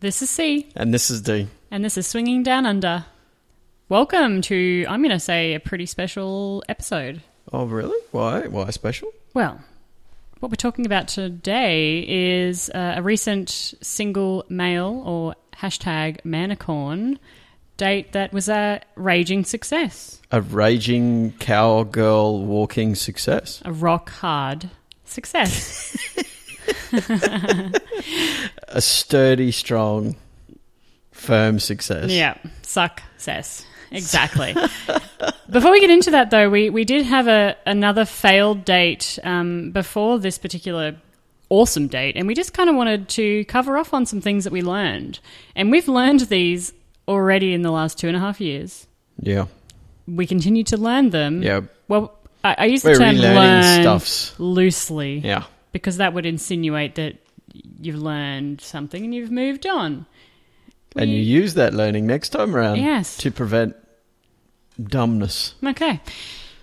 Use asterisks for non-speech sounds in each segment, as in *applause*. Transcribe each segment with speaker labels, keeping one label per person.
Speaker 1: This is C,
Speaker 2: And this is D.
Speaker 1: and this is Swinging Down Under. Welcome to, I'm going to say, a pretty special episode.
Speaker 2: Oh, really? Why? Why special?
Speaker 1: Well, what we're talking about today is uh, a recent single male or hashtag manicorn date that was a raging success,
Speaker 2: A raging cowgirl walking success.
Speaker 1: a rock hard success.
Speaker 2: A sturdy, strong, firm success.
Speaker 1: Yeah, success. Exactly. *laughs* before we get into that, though, we, we did have a another failed date um, before this particular awesome date, and we just kind of wanted to cover off on some things that we learned. And we've learned these already in the last two and a half years.
Speaker 2: Yeah.
Speaker 1: We continue to learn them.
Speaker 2: Yeah.
Speaker 1: Well, I, I use the
Speaker 2: We're
Speaker 1: term
Speaker 2: relearning
Speaker 1: learn
Speaker 2: stuffs.
Speaker 1: loosely
Speaker 2: Yeah.
Speaker 1: because that would insinuate that you've learned something and you've moved on.
Speaker 2: And you use that learning next time around
Speaker 1: Yes.
Speaker 2: to prevent dumbness.
Speaker 1: Okay.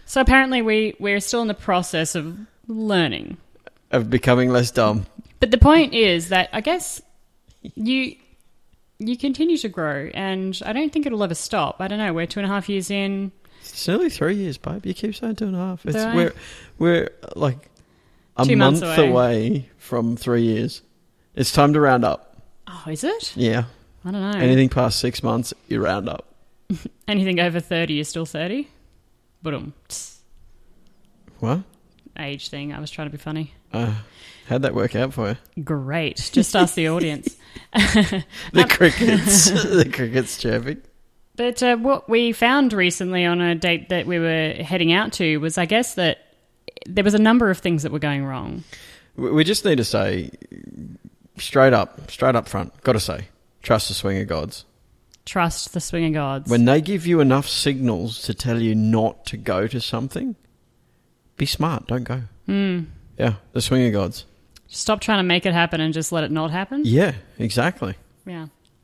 Speaker 1: So apparently we we're still in the process of learning.
Speaker 2: Of becoming less dumb.
Speaker 1: But the point is that I guess you you continue to grow and I don't think it'll ever stop. I don't know, we're two and a half years in.
Speaker 2: It's nearly three years, babe. You keep saying two and a half. It's
Speaker 1: Do I?
Speaker 2: we're we're like a
Speaker 1: Two months
Speaker 2: month
Speaker 1: away.
Speaker 2: away from three years. It's time to round up.
Speaker 1: Oh, is it?
Speaker 2: Yeah.
Speaker 1: I don't know. Anything,
Speaker 2: Anything past six months, you round up.
Speaker 1: over thirty is still thirty. Boom.
Speaker 2: What?
Speaker 1: Age thing. I was trying to be funny.
Speaker 2: Uh, how'd that work out for you?
Speaker 1: Great. *laughs* Just ask the audience.
Speaker 2: *laughs* The *laughs* crickets. the crickets chirping.
Speaker 1: But uh, what we found recently on a date that we were heading out to was, I guess, that there was a number of things that were going wrong.
Speaker 2: We we just need to say straight up, straight up front, gotta say, trust the swinger gods.
Speaker 1: Trust the swing of gods.
Speaker 2: When they give you enough signals to tell you not to go to something, be smart, don't go. Hmm. Yeah, the swinger gods.
Speaker 1: Stop trying to make it happen and just let it not happen. Yeah.
Speaker 2: Yeah, exactly.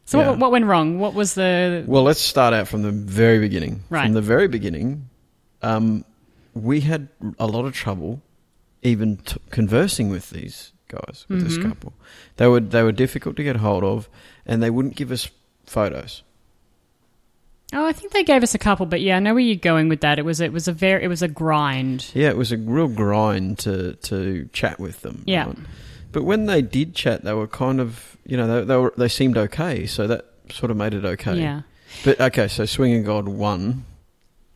Speaker 1: So
Speaker 2: Yeah.
Speaker 1: What, what went wrong? What was the
Speaker 2: Well, let's start out from the very beginning.
Speaker 1: Right.
Speaker 2: From the very beginning, um, we had a lot of trouble even t- conversing with these guys, with
Speaker 1: Mm-hmm.
Speaker 2: this couple. They were they were difficult to get hold of, and they wouldn't give us photos.
Speaker 1: Oh, I think they gave us a couple, but yeah, I know where you're going with that. It was it was a very it was a grind.
Speaker 2: Yeah, it was a real grind to to chat with them.
Speaker 1: Yeah.
Speaker 2: But when they did chat, they were kind of you know they they, were, they seemed okay, so that sort of made it okay.
Speaker 1: Yeah.
Speaker 2: But okay, so swinging god one.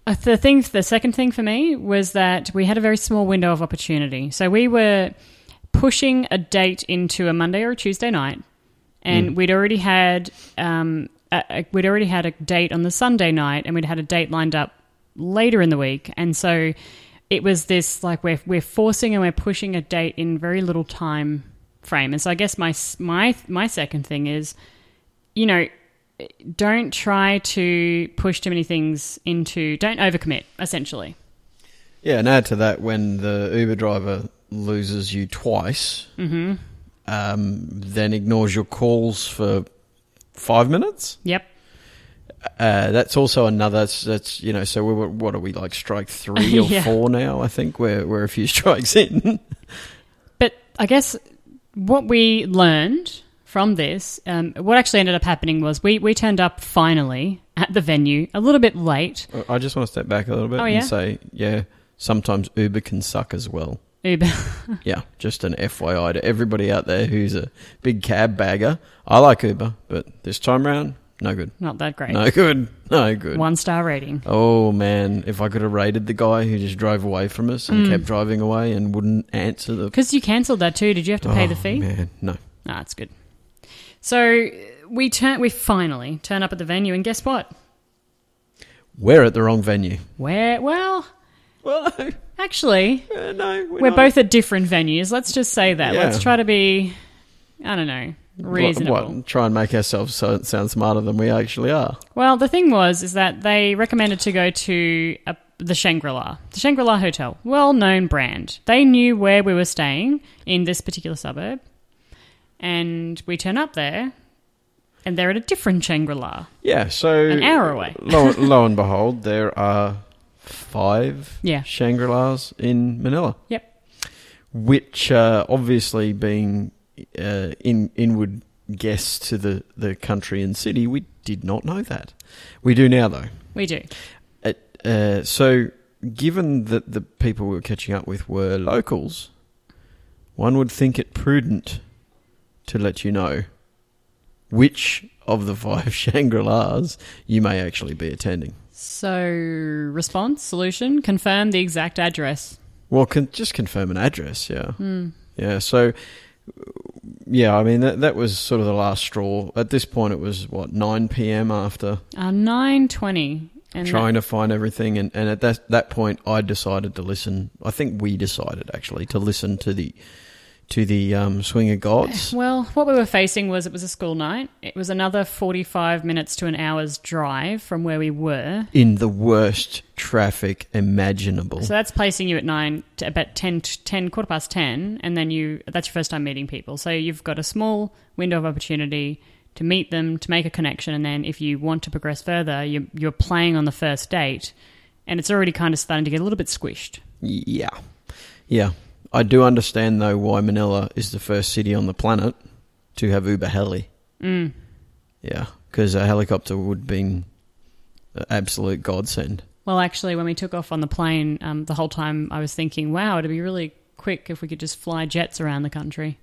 Speaker 1: Uh, The thing, the second thing for me was that we had a very small window of opportunity. So we were pushing a date into a Monday or a Tuesday night, and we'd already had um, a, a- we'd already had a date on the Sunday night, and we'd had a date lined up later in the week, and so it was this like we're we're forcing and we're pushing a date in very little time frame. And so I guess my s- my my second thing is, you know, don't try to push too many things into don't overcommit essentially
Speaker 2: Yeah, and add to that when the Uber driver loses you twice,
Speaker 1: Mm-hmm.
Speaker 2: um, then ignores your calls for five minutes.
Speaker 1: yep
Speaker 2: Uh, that's also another. That's, that's you know. So we were, what are we like strike
Speaker 1: *laughs*
Speaker 2: three or
Speaker 1: Yeah.
Speaker 2: four now? I think we're we're a few *laughs* strikes in.
Speaker 1: but i guess what we learned from this um, what actually ended up happening was we, we turned up finally at the venue a little bit late
Speaker 2: I just want to step back a little bit
Speaker 1: Oh,
Speaker 2: and
Speaker 1: yeah?
Speaker 2: say, yeah, sometimes Uber can suck as well.
Speaker 1: uber *laughs*
Speaker 2: Yeah, just an FYI to everybody out there who's a big cab bagger. I like Uber, but this time round, no good.
Speaker 1: not that great
Speaker 2: No good. No good.
Speaker 1: one star rating
Speaker 2: Oh man, if I could have raided the guy who just drove away from us
Speaker 1: Hmm.
Speaker 2: and kept driving away and wouldn't answer the
Speaker 1: because you cancelled that too did you have to pay the
Speaker 2: Oh,
Speaker 1: fee
Speaker 2: Man, no.
Speaker 1: Ah, that's good so we turn we finally turn up at the venue and guess what
Speaker 2: We're at the wrong venue.
Speaker 1: where well
Speaker 2: Well, *laughs* no,
Speaker 1: actually
Speaker 2: uh, no we're,
Speaker 1: We're
Speaker 2: not.
Speaker 1: both at different venues. Let's just say that.
Speaker 2: Yeah.
Speaker 1: Let's try to be, I don't know,
Speaker 2: What-
Speaker 1: reasonable.
Speaker 2: what, try and make ourselves so, sound smarter than we actually are.
Speaker 1: Well, the thing was is that they recommended to go to a, the Shangri La, the Shangri La Hotel, well-known brand. They knew where we were staying in this particular suburb, and we turn up there, and they're at a different Shangri La,
Speaker 2: Yeah. So
Speaker 1: an hour away.
Speaker 2: *laughs* lo, lo and behold, there are five
Speaker 1: Yeah.
Speaker 2: Shangri Las in Manila.
Speaker 1: Yep.
Speaker 2: Which, uh, obviously, being uh, in inward guess to the, the country and city. We did not know that. We do now, though.
Speaker 1: We do.
Speaker 2: It, uh, so, given that the people we were catching up with were locals, one would think it prudent to let you know which of the five *laughs* Shangri La's you may actually be attending.
Speaker 1: So, response, solution, confirm the exact address.
Speaker 2: Well, con- just confirm an address, yeah. Yeah, so, yeah, I mean, that, that was sort of the last straw. At this point, it was, what, 9 p.m. after
Speaker 1: Uh, 920. And
Speaker 2: trying to find everything. And, and at that, that point, I decided to listen. I think we decided, actually, to listen to the to the um, Swing
Speaker 1: *laughs*
Speaker 2: of Gods.
Speaker 1: Well, what we were facing was it was a school night. It was another 45 minutes to an hour's drive from where we were.
Speaker 2: in the worst traffic imaginable.
Speaker 1: So that's placing you at nine, to about 10, 10, quarter past 10, and then you that's your first time meeting people. So you've got a small window of opportunity to meet them, to make a connection, and then if you want to progress further, you're, you're playing on the first date, and it's already kind of starting to get a little bit squished.
Speaker 2: yeah. Yeah. I do understand, though, why Manila is the first city on the planet to have Uber Heli.
Speaker 1: Mm.
Speaker 2: Yeah. Because a helicopter would have been an absolute godsend.
Speaker 1: Well, actually, when we took off on the plane, um, the whole time I was thinking, wow, it'd be really quick if we could just fly jets around the country,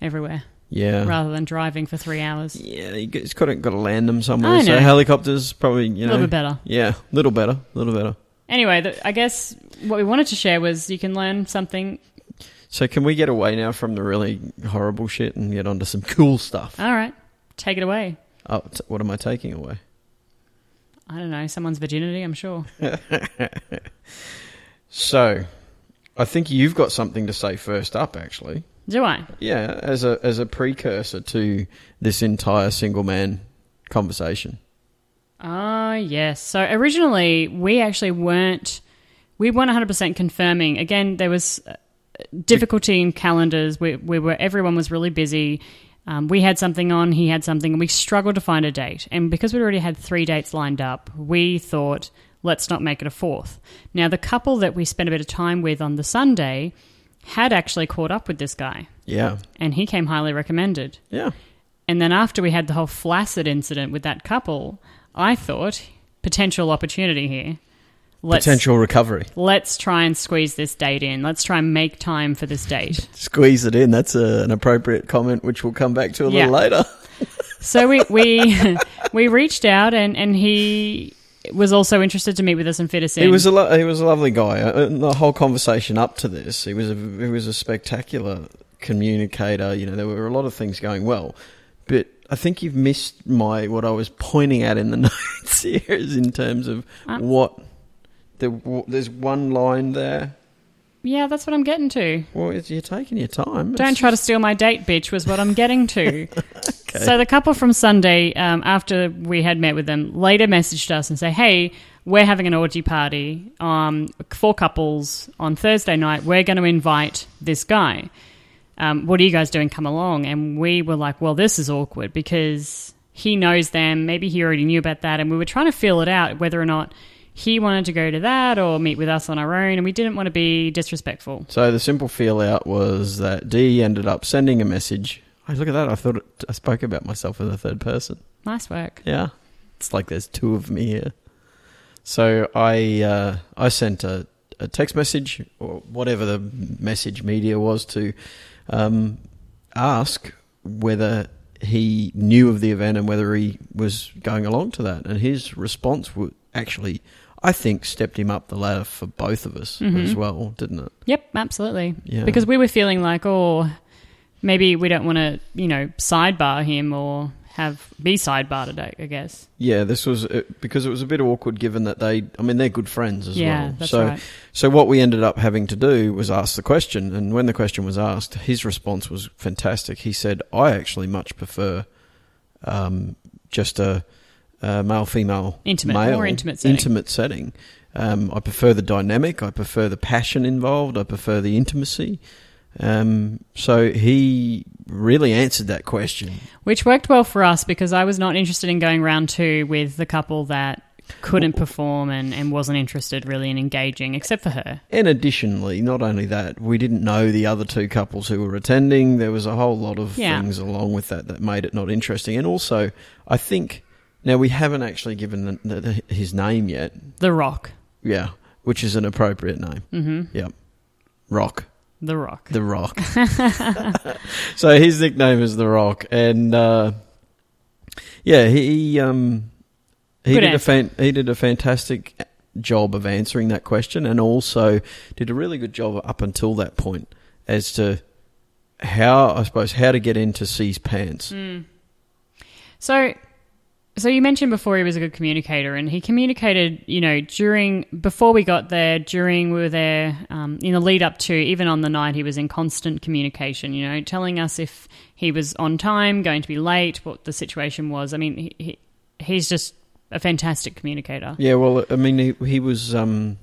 Speaker 1: everywhere,
Speaker 2: Yeah.
Speaker 1: rather than driving for three hours.
Speaker 2: Yeah, you g- it's got to, got to land them somewhere.
Speaker 1: I
Speaker 2: So
Speaker 1: know.
Speaker 2: helicopters probably, you
Speaker 1: a
Speaker 2: know.
Speaker 1: little bit better.
Speaker 2: Yeah, a little better, a little better.
Speaker 1: Anyway, th- I guess what we wanted to share was you can learn something
Speaker 2: So can we get away now from the really horrible shit and get onto some *laughs* cool stuff?
Speaker 1: All right, take it away.
Speaker 2: Oh, t- what am I taking away?
Speaker 1: I don't know someone's virginity. I'm sure.
Speaker 2: So, I think you've got something to say first up, actually.
Speaker 1: Do I?
Speaker 2: Yeah, as a as a precursor to this entire single man conversation.
Speaker 1: Ah, yes. So originally we actually weren't. We weren't 100 percent confirming. Again, there was uh, difficulty in calendars. We, we were everyone was really busy. Um, we had something on. He had something, and we struggled to find a date. And because we already had three dates lined up, we thought let's not make it a fourth. Now the couple that we spent a bit of time with on the Sunday had actually caught up with this guy,
Speaker 2: Yeah,
Speaker 1: and he came highly recommended.
Speaker 2: yeah,
Speaker 1: And then after we had the whole flaccid incident with that couple, I thought potential opportunity here. Let's,
Speaker 2: potential recovery.
Speaker 1: Let's try and squeeze this date in. Let's try and make time for this date.
Speaker 2: Squeeze it in. That's a, an appropriate comment, which we'll come back to a
Speaker 1: Yeah.
Speaker 2: little later. *laughs*
Speaker 1: So we we *laughs* we reached out, and and he was also interested to meet with us and fit us in.
Speaker 2: He was a lo- he was a lovely guy. Uh, and The whole conversation up to this, he was a he was a spectacular communicator. You know, there were a lot of things going well, but I think you've missed my what I was pointing at in the *laughs* notes here is in terms of
Speaker 1: Uh.
Speaker 2: what the w- there's one line there.
Speaker 1: yeah, that's what I'm getting to.
Speaker 2: Well, it's, you're taking your time.
Speaker 1: Don't
Speaker 2: It's-
Speaker 1: try to steal my date, bitch, was what I'm getting to. So the couple from Sunday, um, after we had met with them, later messaged us and say, hey, we're having an orgy party um, for couples on Thursday night. We're going to invite this guy. Um, what are you guys doing? Come along. And we were like, well, this is awkward because he knows them. Maybe he already knew about that. And we were trying to feel it out whether or not he wanted to go to that or meet with us on our own. And we didn't want to be disrespectful.
Speaker 2: So the simple feel out was that D E ended up sending a message. Hey, look at that! I thought it, I spoke about myself in the third person.
Speaker 1: Nice work.
Speaker 2: Yeah. It's like there's two of me here. So I uh, I sent a, a text message or whatever the message media was to um, ask whether he knew of the event and whether he was going along to that. And his response would actually, I think, stepped him up the ladder for both of us
Speaker 1: Mhm.
Speaker 2: as well, didn't it?
Speaker 1: Yep, absolutely.
Speaker 2: Yeah.
Speaker 1: because we were feeling like, oh, maybe we don't want to, you know, sidebar him or have be sidebarred today. I guess.
Speaker 2: yeah, this was uh, because it was a bit awkward given that they, I mean, they're good friends as
Speaker 1: yeah,
Speaker 2: well.
Speaker 1: that's
Speaker 2: so
Speaker 1: right.
Speaker 2: So what we ended up having to do was ask the question, and when the question was asked, his response was fantastic. He said, "I actually much prefer um, just a, a male-female
Speaker 1: Intimate,
Speaker 2: male,
Speaker 1: more intimate setting.
Speaker 2: intimate setting. Um, I prefer the dynamic. I prefer the passion involved. I prefer the intimacy." Um, so he really answered that question.
Speaker 1: Which worked well for us because I was not interested in going round two with the couple that couldn't perform and, and wasn't interested really in engaging, except for her.
Speaker 2: And additionally, not only that, we didn't know the other two couples who were attending. There was a whole lot of
Speaker 1: Yeah.
Speaker 2: things along with that that made it not interesting. And also, I think now we haven't actually given the, the, his name yet.
Speaker 1: The Rock.
Speaker 2: Yeah, which is an appropriate name.
Speaker 1: hmm
Speaker 2: Yep, Rock.
Speaker 1: The Rock.
Speaker 2: The Rock.
Speaker 1: *laughs*
Speaker 2: *laughs* so his nickname is The Rock, and uh, yeah, he um, he
Speaker 1: Good
Speaker 2: did
Speaker 1: answer.
Speaker 2: a fan- he did a fantastic job of answering that question, and also did a really good job up until that point as to how I suppose how to get into C's pants.
Speaker 1: Mm. So, so you mentioned before he was a good communicator, and he communicated, you know, during before we got there, during we were there, um, in the lead up to, even on the night he was in constant communication. You know, telling us if he was on time, going to be late, what the situation was. I mean, he, he he's just a fantastic communicator.
Speaker 2: Yeah, well, I mean, he, he was um,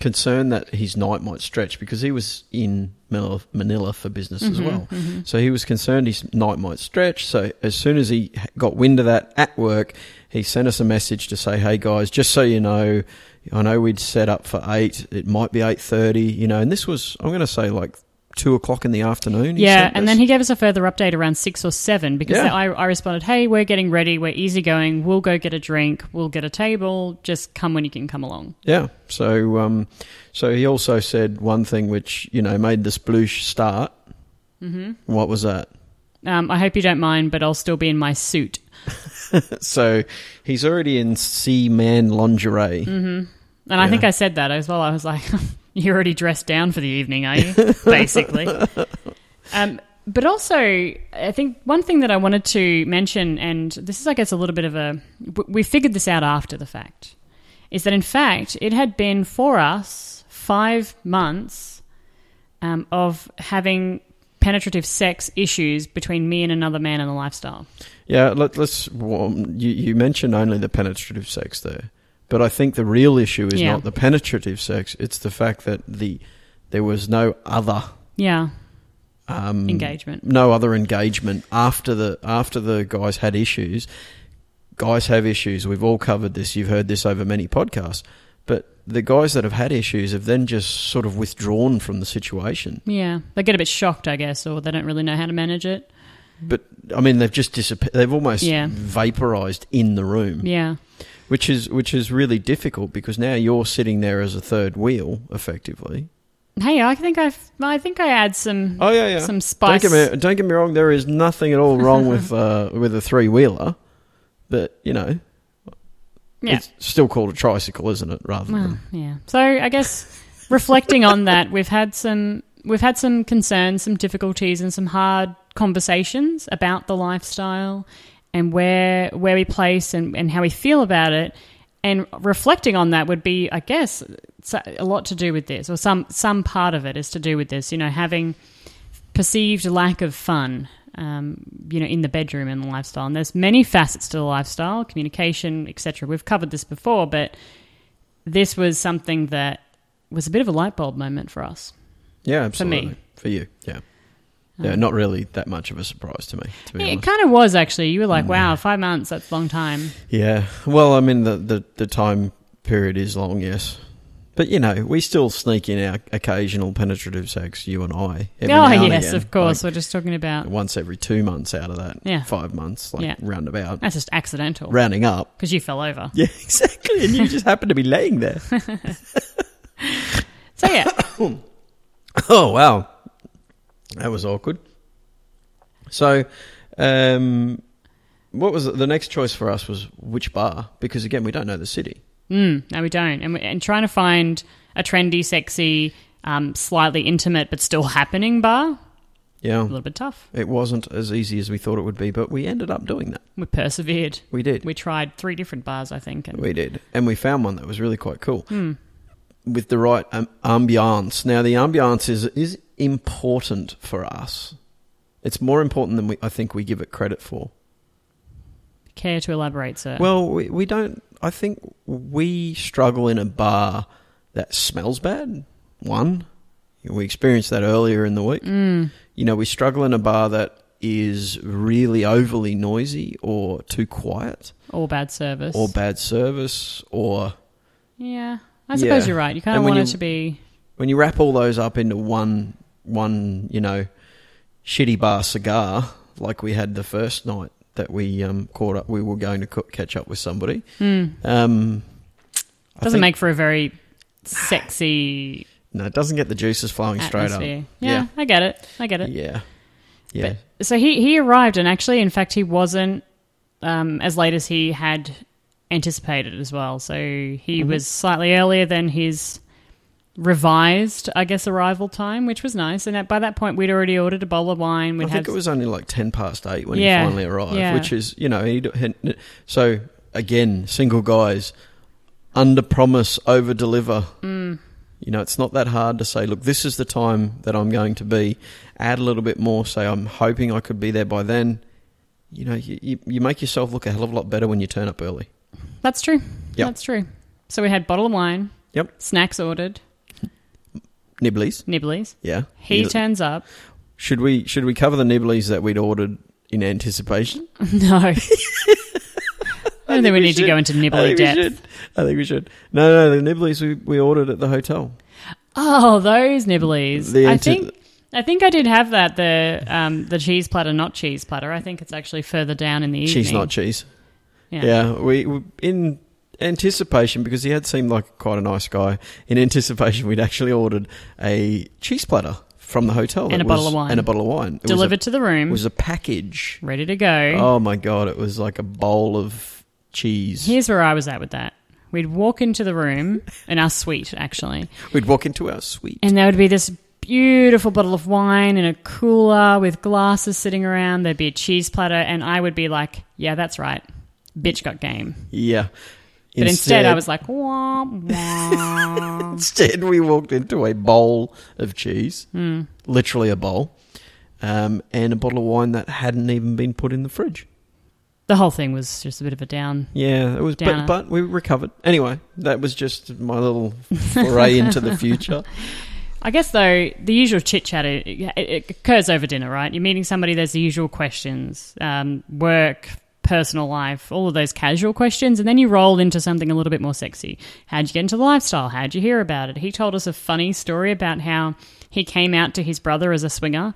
Speaker 2: concerned that his night might stretch because he was in Manila, Manila for business
Speaker 1: Mm-hmm,
Speaker 2: as well. So he was concerned his night might stretch. So as soon as he got wind of that at work, he sent us a message to say, "Hey guys, just so you know, I know we'd set up for eight. It might be eight thirty, you know." And this was, I'm going to say, like two o'clock in the afternoon. he
Speaker 1: Yeah,
Speaker 2: sent
Speaker 1: and
Speaker 2: this.
Speaker 1: then he gave us a further update around six or seven because
Speaker 2: Yeah.
Speaker 1: I, I responded, "Hey, we're getting ready. We're easygoing. We'll go get a drink. We'll get a table. Just come when you can come along."
Speaker 2: Yeah. So, um, so he also said one thing which you know made the sploosh start. Mm-hmm. What was that?
Speaker 1: Um, I hope you don't mind, but I'll still be in my suit.
Speaker 2: So he's already in sea man lingerie.
Speaker 1: Mm-hmm. And I
Speaker 2: Yeah.
Speaker 1: think I said that as well. I was like, *laughs* "You're already dressed down for the evening, are you?"
Speaker 2: *laughs*
Speaker 1: Basically. Um, but also, I think one thing that I wanted to mention, and this is, I guess, a little bit of a w- we figured this out after the fact, is that in fact it had been for us five months um, of having penetrative sex issues between me and another man in the lifestyle.
Speaker 2: Yeah. Let, let's. warm you, you mentioned only the penetrative sex there, but I think the real issue is
Speaker 1: Yeah.
Speaker 2: not the penetrative sex. It's the fact that the there was no other
Speaker 1: Yeah,
Speaker 2: um,
Speaker 1: engagement.
Speaker 2: no other engagement after the after the guys had issues. Guys have issues. We've all covered this. You've heard this over many podcasts. But the guys that have had issues have then just sort of withdrawn from the situation.
Speaker 1: Yeah, they get a bit shocked, I guess, or they don't really know how to manage it.
Speaker 2: But I mean, they've just disappeared. They've almost
Speaker 1: Yeah.
Speaker 2: vaporized in the room,
Speaker 1: Yeah,
Speaker 2: which is which is really difficult because now you're sitting there as a third wheel, effectively.
Speaker 1: hey, I think I, I think I add some
Speaker 2: Oh yeah, yeah.
Speaker 1: some spice.
Speaker 2: Don't get me don't get me wrong. There is nothing at all wrong
Speaker 1: *laughs*
Speaker 2: with uh, with a three wheeler, but you know,
Speaker 1: yeah,
Speaker 2: It's still called a tricycle, isn't it? Rather
Speaker 1: Well,
Speaker 2: than
Speaker 1: yeah. So I guess reflecting on that, we've had some we've had some concerns, some difficulties, and some hard conversations about the lifestyle and where where we place and, and how we feel about it. And reflecting on that would be, I guess, s- a lot to do with this, or some some part of it is to do with this. You know, having perceived lack of fun, um, you know, in the bedroom and the lifestyle. And there's many facets to the lifestyle, communication, etc. We've covered this before, but this was something that was a bit of a light bulb moment for us.
Speaker 2: yeah,
Speaker 1: For me. Uh.
Speaker 2: absolutely. For you, yeah, yeah. Not really that much of a surprise to me, to be
Speaker 1: It
Speaker 2: honest.
Speaker 1: kind of was actually. You were
Speaker 2: Mm.
Speaker 1: like, "Wow, five months—that's a long time."
Speaker 2: yeah. Well, I mean, the, the the time period is long, yes. But you know, we still sneak in our occasional penetrative sex, you and I. every
Speaker 1: oh
Speaker 2: now and
Speaker 1: yes,
Speaker 2: again,
Speaker 1: of course.
Speaker 2: like
Speaker 1: we're just talking about
Speaker 2: once every two months out of that,
Speaker 1: Uh, Yeah.
Speaker 2: five months, like
Speaker 1: Yeah.
Speaker 2: roundabout,
Speaker 1: that's just accidental
Speaker 2: rounding up. *laughs*
Speaker 1: because you fell over.
Speaker 2: Yeah, exactly. And you just happen to be
Speaker 1: *laughs*
Speaker 2: laying there.
Speaker 1: So yeah, *laughs*
Speaker 2: Oh wow, that was awkward. So, um, what was it? the next choice for us? Was which bar? Because again, we don't know the city.
Speaker 1: mm, no, we don't. And, we, and trying to find a trendy, sexy, um, slightly intimate but still happening bar a
Speaker 2: Yeah,
Speaker 1: little bit tough.
Speaker 2: it wasn't as easy as we thought it would be, but we ended up doing that.
Speaker 1: We persevered.
Speaker 2: We did, we,
Speaker 1: We tried three different bars, I think, and hmm,
Speaker 2: did, and we found one that was really quite cool with the right um, ambiance. Now, the ambiance is is important for us. It's more important than we I think we give it credit for.
Speaker 1: care to elaborate, sir.
Speaker 2: Well, we, we don't. I think we struggle in a bar that smells bad. One, we experienced that earlier in the week. You know, we struggle in a bar that is really overly noisy or too quiet
Speaker 1: or bad service.
Speaker 2: or bad service or
Speaker 1: yeah, I
Speaker 2: Yeah.
Speaker 1: suppose you're right. You kind of
Speaker 2: And when
Speaker 1: want it
Speaker 2: you-
Speaker 1: to be.
Speaker 2: when you wrap all those up into one one you know shitty bar cigar like we had the first night that we um, caught up we were going to co- catch up with somebody
Speaker 1: Mm,
Speaker 2: um, I
Speaker 1: doesn't
Speaker 2: think-
Speaker 1: make for a very sexy
Speaker 2: no it doesn't get the juices flowing straight up
Speaker 1: atmosphere. Yeah, I get it. I get it.
Speaker 2: yeah yeah
Speaker 1: So he he arrived, and actually, in fact, he wasn't um, as late as he had anticipated as well. So he
Speaker 2: Mm-hmm.
Speaker 1: was slightly earlier than his revised, I guess, arrival time, which was nice. And at, by that point, we'd already ordered a bowl of wine. We'd
Speaker 2: I
Speaker 1: had,
Speaker 2: think it was only like ten past eight when
Speaker 1: Yeah,
Speaker 2: he finally arrived,
Speaker 1: yeah.
Speaker 2: which is you know he, he so again single guys under promise over deliver.
Speaker 1: Mm.
Speaker 2: You know it's not that hard to say. Look, this is the time that I'm going to be. Add a little bit more. Say I'm hoping I could be there by then. You know you, you, you make yourself look a hell of a lot better when you turn up early.
Speaker 1: that's true.
Speaker 2: Yeah.
Speaker 1: That's true. So we had bottle of wine.
Speaker 2: Yep.
Speaker 1: Snacks ordered.
Speaker 2: Nibblies,
Speaker 1: Nibblies.
Speaker 2: yeah.
Speaker 1: He
Speaker 2: You-
Speaker 1: turns up.
Speaker 2: should we should we cover the nibblies that we'd ordered in anticipation? *laughs*
Speaker 1: No. I don't think, we
Speaker 2: we
Speaker 1: need to
Speaker 2: should.
Speaker 1: go into
Speaker 2: I
Speaker 1: nibbly
Speaker 2: think
Speaker 1: depth.
Speaker 2: we should. I think we should. No, no, the nibblies we, we ordered at the hotel.
Speaker 1: Oh, those nibblies.
Speaker 2: The
Speaker 1: I
Speaker 2: inter-
Speaker 1: think I think I did have that the um, the cheese platter, not cheese platter. I think it's actually further down in the evening.
Speaker 2: Cheese, not cheese.
Speaker 1: Yeah.
Speaker 2: Yeah, we, we in anticipation because he had seemed like quite a nice guy. In anticipation, we'd actually ordered a cheese platter from the hotel
Speaker 1: And
Speaker 2: It
Speaker 1: a bottle
Speaker 2: was-
Speaker 1: of wine.
Speaker 2: and a bottle of wine It was a-
Speaker 1: Delivered to the
Speaker 2: It
Speaker 1: room,
Speaker 2: was a package.
Speaker 1: ready to go.
Speaker 2: Oh my god! It was like a bowl of cheese.
Speaker 1: Here's where I was at with that. We'd walk into the room in our suite, actually,
Speaker 2: We'd walk into our suite.
Speaker 1: and there would be this beautiful bottle of wine in a cooler with glasses sitting around. There'd be a cheese platter, and I would be like, "Yeah, that's right, bitch got game."
Speaker 2: Yeah.
Speaker 1: But instead, I was like, "Womp womp." *laughs*
Speaker 2: Instead, we walked into a bowl of cheese,
Speaker 1: Hmm.
Speaker 2: literally a bowl, um, and a bottle of wine that hadn't even been put in the fridge.
Speaker 1: the whole thing was just a bit of a down
Speaker 2: Yeah, it was,
Speaker 1: Downer.
Speaker 2: but, but we recovered. Anyway, that was just
Speaker 1: *laughs*
Speaker 2: my little foray into the future.
Speaker 1: I guess though the usual chit chat it, it occurs over dinner, right? You're meeting somebody. There's the usual questions, um, work, personal life, all of those casual questions, and then you roll into something a little bit more sexy. How'd you get into the lifestyle? How'd you hear about it? He told us a funny story about how he came out to his brother as a swinger,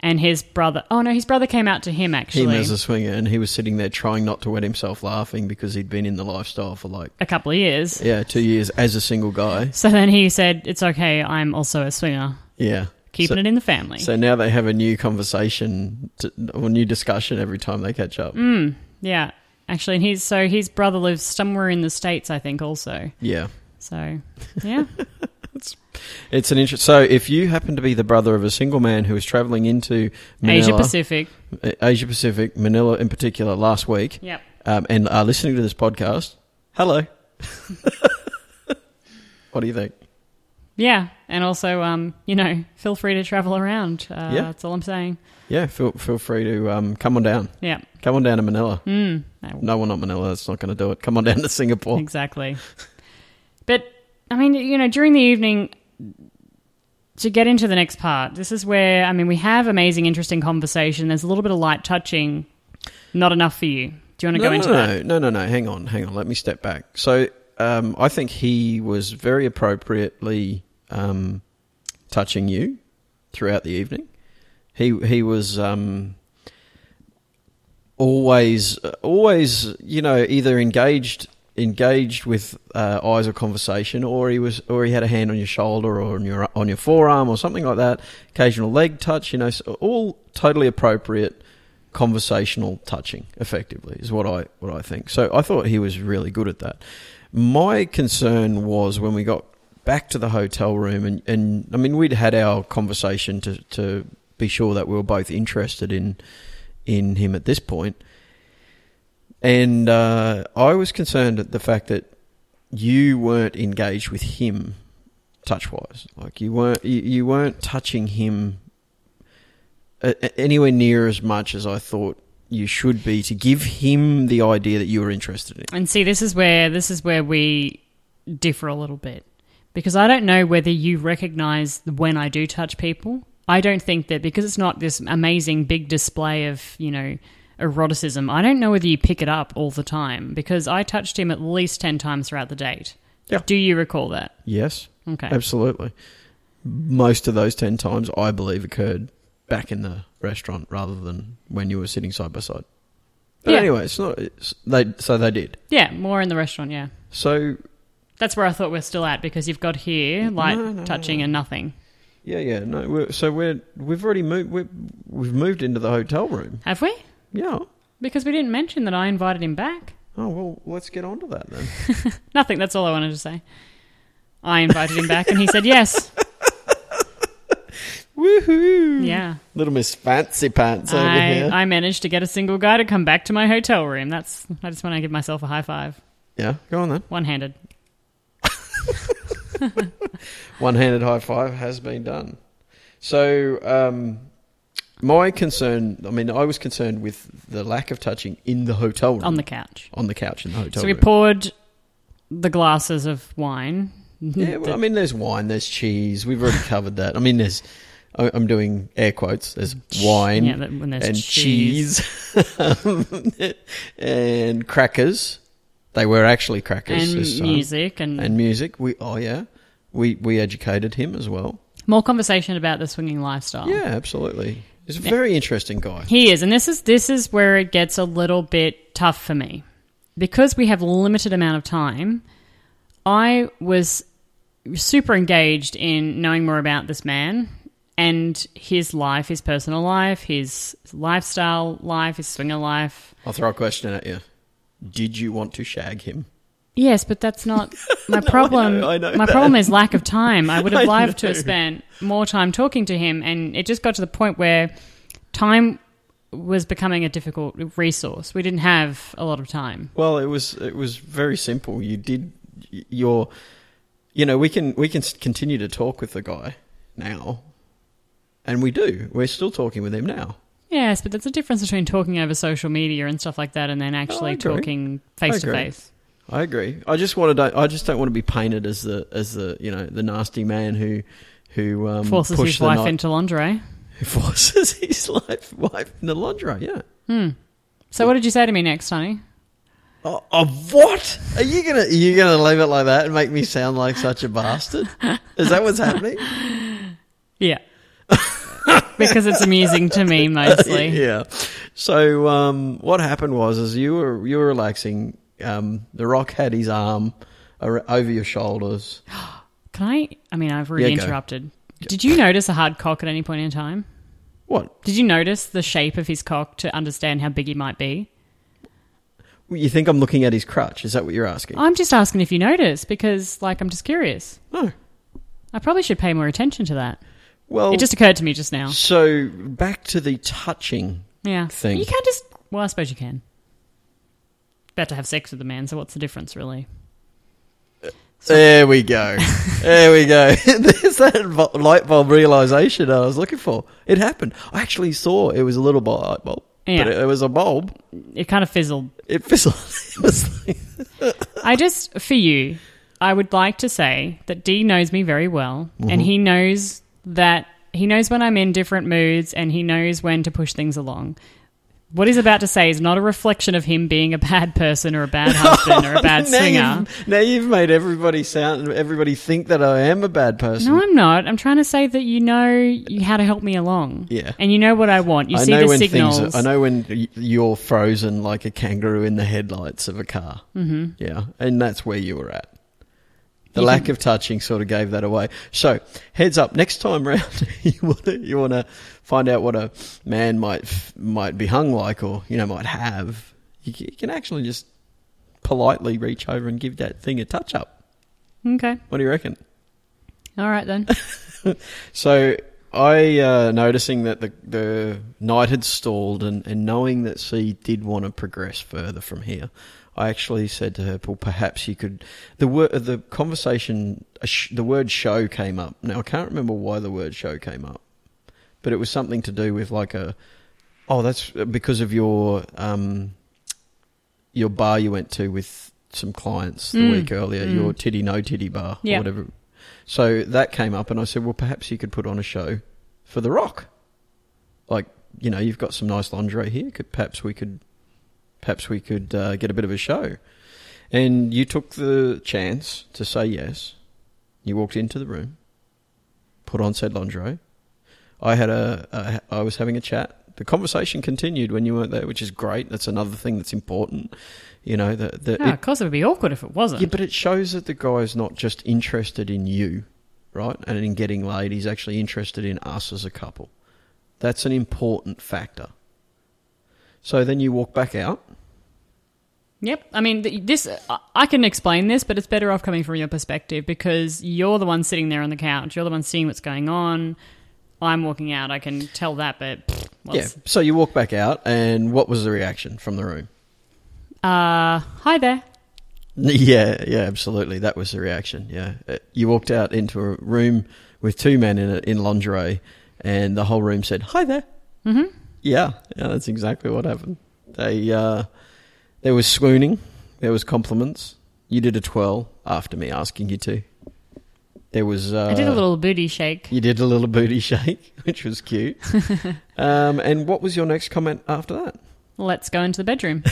Speaker 1: and his brother. Oh no, his brother came out to him actually.
Speaker 2: Him as a swinger, and he was sitting there trying not to wet himself laughing because he'd been in the lifestyle for like
Speaker 1: a couple of years.
Speaker 2: yeah two years as a single guy.
Speaker 1: So then he said, "It's okay. I'm also a swinger.
Speaker 2: Yeah,
Speaker 1: Keeping
Speaker 2: so,
Speaker 1: it in the family."
Speaker 2: So now they have a new conversation to, or new discussion every time they catch
Speaker 1: Mm.
Speaker 2: up.
Speaker 1: Yeah, actually, and he's so his brother lives somewhere in the states, I think, also.
Speaker 2: Yeah. *laughs*
Speaker 1: So, yeah,
Speaker 2: It's an interest. So, if you happen to be the brother of a single man who was traveling into Manila,
Speaker 1: Asia Pacific.
Speaker 2: Pacific, Asia Pacific, Manila in particular, last week,
Speaker 1: Yep.
Speaker 2: um, and are listening to this podcast, hello. *laughs* what do you think?
Speaker 1: Yeah, and also, um, you know, feel free to travel around. Uh,
Speaker 2: Yeah.
Speaker 1: that's all I'm saying.
Speaker 2: Yeah, feel feel free to um, come on down.
Speaker 1: Yeah,
Speaker 2: Come on down to Manila.
Speaker 1: mm,
Speaker 2: No, we're not Manila. That's not going to do it. Come on down to Singapore.
Speaker 1: exactly. but I mean, you know, during the evening. To get into the next part, this is where I mean we have amazing, interesting conversation. There's a little bit of light touching, not enough for you. Do you want to
Speaker 2: no,
Speaker 1: go
Speaker 2: no,
Speaker 1: into
Speaker 2: no,
Speaker 1: that?
Speaker 2: No, no, no. Hang on, hang on. Let me step back. So, um, I think he was very appropriately um, touching you throughout the evening. He he was um, always always you know either engaged engaged with uh, eyes of conversation, or he was or he had a hand on your shoulder or on your on your forearm or something like that. Occasional leg touch, you know, so all totally appropriate conversational touching effectively is what I what I think. So I thought he was really good at that. My concern was when we got back to the hotel room and, and I mean we'd had our conversation to, to be sure that we were both interested in in him at this point. And uh, I was concerned at the fact that you weren't engaged with him touch wise. Like you weren't you, you weren't touching him a- a- anywhere near as much as I thought you should be to give him the idea that you were interested in.
Speaker 1: And see, this is where this is where we differ a little bit because I don't know whether you recognize when I do touch people. I don't think that because it's not this amazing big display of, you know, eroticism, I don't know whether you pick it up all the time because I touched him at least 10 times throughout the date.
Speaker 2: Yeah.
Speaker 1: Do you recall that?
Speaker 2: Yes,
Speaker 1: Okay.
Speaker 2: absolutely. Most of those 10 times, I believe, occurred back in the restaurant rather than when you were sitting side by side. But
Speaker 1: Yeah.
Speaker 2: anyway, it's not. It's, they So they did.
Speaker 1: Yeah, more in the restaurant, yeah.
Speaker 2: So,
Speaker 1: That's where I thought we're still at because you've got here, light
Speaker 2: No, no,
Speaker 1: touching, and nothing.
Speaker 2: yeah, yeah. No, we're, so we're, we've already moved. We're, we've moved into the hotel room.
Speaker 1: Have we?
Speaker 2: Yeah.
Speaker 1: Because we didn't mention that I invited him back.
Speaker 2: Oh, well, let's get on to that then.
Speaker 1: Nothing. That's all I wanted to say. I invited him back, and he said yes.
Speaker 2: Woohoo!
Speaker 1: Yeah,
Speaker 2: Little Miss Fancy Pants over
Speaker 1: I,
Speaker 2: here.
Speaker 1: I managed to get a single guy to come back to my hotel room. That's. I just want to give myself a high five,
Speaker 2: yeah, go on then.
Speaker 1: one handed.
Speaker 2: One handed high five has been done. So, um, my concern I mean, I was concerned with the lack of touching in the hotel room.
Speaker 1: on the couch.
Speaker 2: on the couch in the hotel
Speaker 1: so we
Speaker 2: room.
Speaker 1: poured the glasses of wine.
Speaker 2: yeah,
Speaker 1: Hmm.
Speaker 2: well, I mean, there's wine, there's cheese. We've already *laughs* covered that. I mean, there's. I- I'm doing air quotes. There's wine
Speaker 1: yeah, that- when there's
Speaker 2: and
Speaker 1: cheese.
Speaker 2: cheese, *laughs* and crackers. They were actually
Speaker 1: *laughs*
Speaker 2: crackers.
Speaker 1: and
Speaker 2: this time.
Speaker 1: music and,
Speaker 2: and music. We oh yeah, we we educated him as well.
Speaker 1: more conversation about the swinging lifestyle.
Speaker 2: Yeah, absolutely. He's a very interesting guy.
Speaker 1: Oh. He is, and this is this is where it gets a little bit tough for me because we have limited amount of time. I was super engaged in knowing more about this man and his life, his personal life, his lifestyle life, his swinger life.
Speaker 2: I'll throw a question at you. Did you want to shag him?
Speaker 1: Yes, but that's
Speaker 2: *laughs*
Speaker 1: not my problem.
Speaker 2: I know
Speaker 1: my
Speaker 2: that.
Speaker 1: problem is lack of time. I
Speaker 2: *laughs*
Speaker 1: would have
Speaker 2: I
Speaker 1: loved to have
Speaker 2: know.
Speaker 1: spent more time talking to him, and it just got to the point where time was becoming a difficult resource. We didn't have a lot of time.
Speaker 2: Well, it was it was very simple. You did y- your, you know, we can we can s- continue to talk with the guy now, and we do. We're still talking with him now.
Speaker 1: Yes, but there's a difference between talking over social media and stuff like that, and then actually
Speaker 2: Oh, agree.
Speaker 1: talking face to
Speaker 2: agree.
Speaker 1: face.
Speaker 2: I agree. I just wanted. I just don't want to be painted as the as the you know the nasty man who who um,
Speaker 1: Forces
Speaker 2: pushed
Speaker 1: his
Speaker 2: the
Speaker 1: wife
Speaker 2: knife-
Speaker 1: into lingerie.
Speaker 2: who *laughs* forces his life wife in the lingerie. Yeah.
Speaker 1: So, what did you say to me next, honey?
Speaker 2: Oh, oh, what are you gonna? Are you gonna leave it like that and make me sound like such a bastard? Is that what's happening?
Speaker 1: Yeah. *laughs* because it's amusing to
Speaker 2: *laughs*
Speaker 1: me mostly.
Speaker 2: yeah. So um, what happened was, is you were you were relaxing. Um, the rock had his arm ar- over your shoulders.
Speaker 1: Can I? I mean, I've really
Speaker 2: Yeah, go.
Speaker 1: interrupted. Did you notice a hard cock at any point in time?
Speaker 2: What?
Speaker 1: Did you notice the shape of his cock to understand how big he might be?
Speaker 2: You think I'm looking at his crutch? Is that what you're asking?
Speaker 1: I'm just asking if you noticed because, like, I'm just curious.
Speaker 2: no.
Speaker 1: I probably should pay more attention to that.
Speaker 2: Well,
Speaker 1: It just occurred to me just now.
Speaker 2: so back to the touching.
Speaker 1: Yeah.
Speaker 2: Thing.
Speaker 1: You can't just. Well, I suppose you can. About to have sex with the man, so what's the difference, really?
Speaker 2: There
Speaker 1: *laughs*
Speaker 2: we go. there we go. *laughs* There's that vo- light bulb realization I was looking for. It happened. I actually saw it was a little bu- light bulb,
Speaker 1: Yeah.
Speaker 2: but it, it was a bulb.
Speaker 1: It kind of fizzled.
Speaker 2: It fizzled. *laughs* It was like-
Speaker 1: I just, for you, I would like to say that D knows me very well,
Speaker 2: Mm-hmm.
Speaker 1: and he knows that he knows when I'm in different moods, and he knows when to push things along. What he's about to say is not a reflection of him being a bad person or a
Speaker 2: *laughs*
Speaker 1: bad husband or a bad
Speaker 2: now
Speaker 1: singer.
Speaker 2: You've, now you've made everybody sound, everybody think that I am a bad person.
Speaker 1: No, I'm not. I'm trying to say that you know you- how to help me along.
Speaker 2: Yeah.
Speaker 1: And you know what I want. You
Speaker 2: I
Speaker 1: see
Speaker 2: know
Speaker 1: the
Speaker 2: when
Speaker 1: signals.
Speaker 2: things. Are, I know when y- you're frozen like a kangaroo in the headlights of a car. Mm-hmm. Yeah, and that's where you were at. The lack of touching sort of gave that away. So heads up, next time round, *laughs* you want to you want to find out what a man might f- might be hung like, or you know might have. You, c- you can actually just politely reach over and give that thing a touch up.
Speaker 1: Okay.
Speaker 2: What do you reckon?
Speaker 1: All right then.
Speaker 2: So I uh, noticing that the the night had stalled, and, and knowing that C did want to progress further from here, I actually said to her, "Well, perhaps you could." The word the conversation, a sh- the word "show" came up. Now I can't remember why the word "show" came up, but it was something to do with like a, oh, that's because of your um, your bar you went to with some clients the
Speaker 1: Mm,
Speaker 2: week earlier,
Speaker 1: mm.
Speaker 2: your titty no titty bar,
Speaker 1: Yeah.
Speaker 2: or whatever so that came up, and I said, "Well, perhaps you could put on a show for The Rock. Like, you know, you've got some nice lingerie here. Could perhaps we could, perhaps we could uh, get a bit of a show. And you took the chance to say yes. You walked into the room, put on said lingerie. I had a, a I was having a chat. The conversation continued when you weren't there, which is great. That's another thing that's important. You know that that
Speaker 1: Yeah,
Speaker 2: it-
Speaker 1: Ah, of course it would be awkward if it wasn't.
Speaker 2: yeah, but it shows that the guy's not just interested in you, right? And in getting laid, he's actually interested in us as a couple. That's an important factor. So then you walk back out.
Speaker 1: Yep. I mean, th- this I- I can explain this, but it's better off coming from your perspective because you're the one sitting there on the couch. You're the one seeing what's going on. I'm walking out. I can tell that, but pfft, what's-
Speaker 2: Yeah. So you walk back out, and what was the reaction from the room?
Speaker 1: Uh, hi there.
Speaker 2: *laughs* Yeah, yeah, absolutely. That was the reaction. Yeah, Uh, you walked out into a room with two men in it in lingerie, and the whole room said, "Hi there."
Speaker 1: Mm-hmm.
Speaker 2: Yeah, yeah, that's exactly what happened. They uh, there was swooning, there was compliments. You did a twirl after me asking you to. There was uh,
Speaker 1: I did a little booty shake.
Speaker 2: You did a little booty shake, *laughs* which was
Speaker 1: *laughs*
Speaker 2: cute. um, and what was your next comment after that?
Speaker 1: Let's go into the
Speaker 2: *laughs*
Speaker 1: bedroom.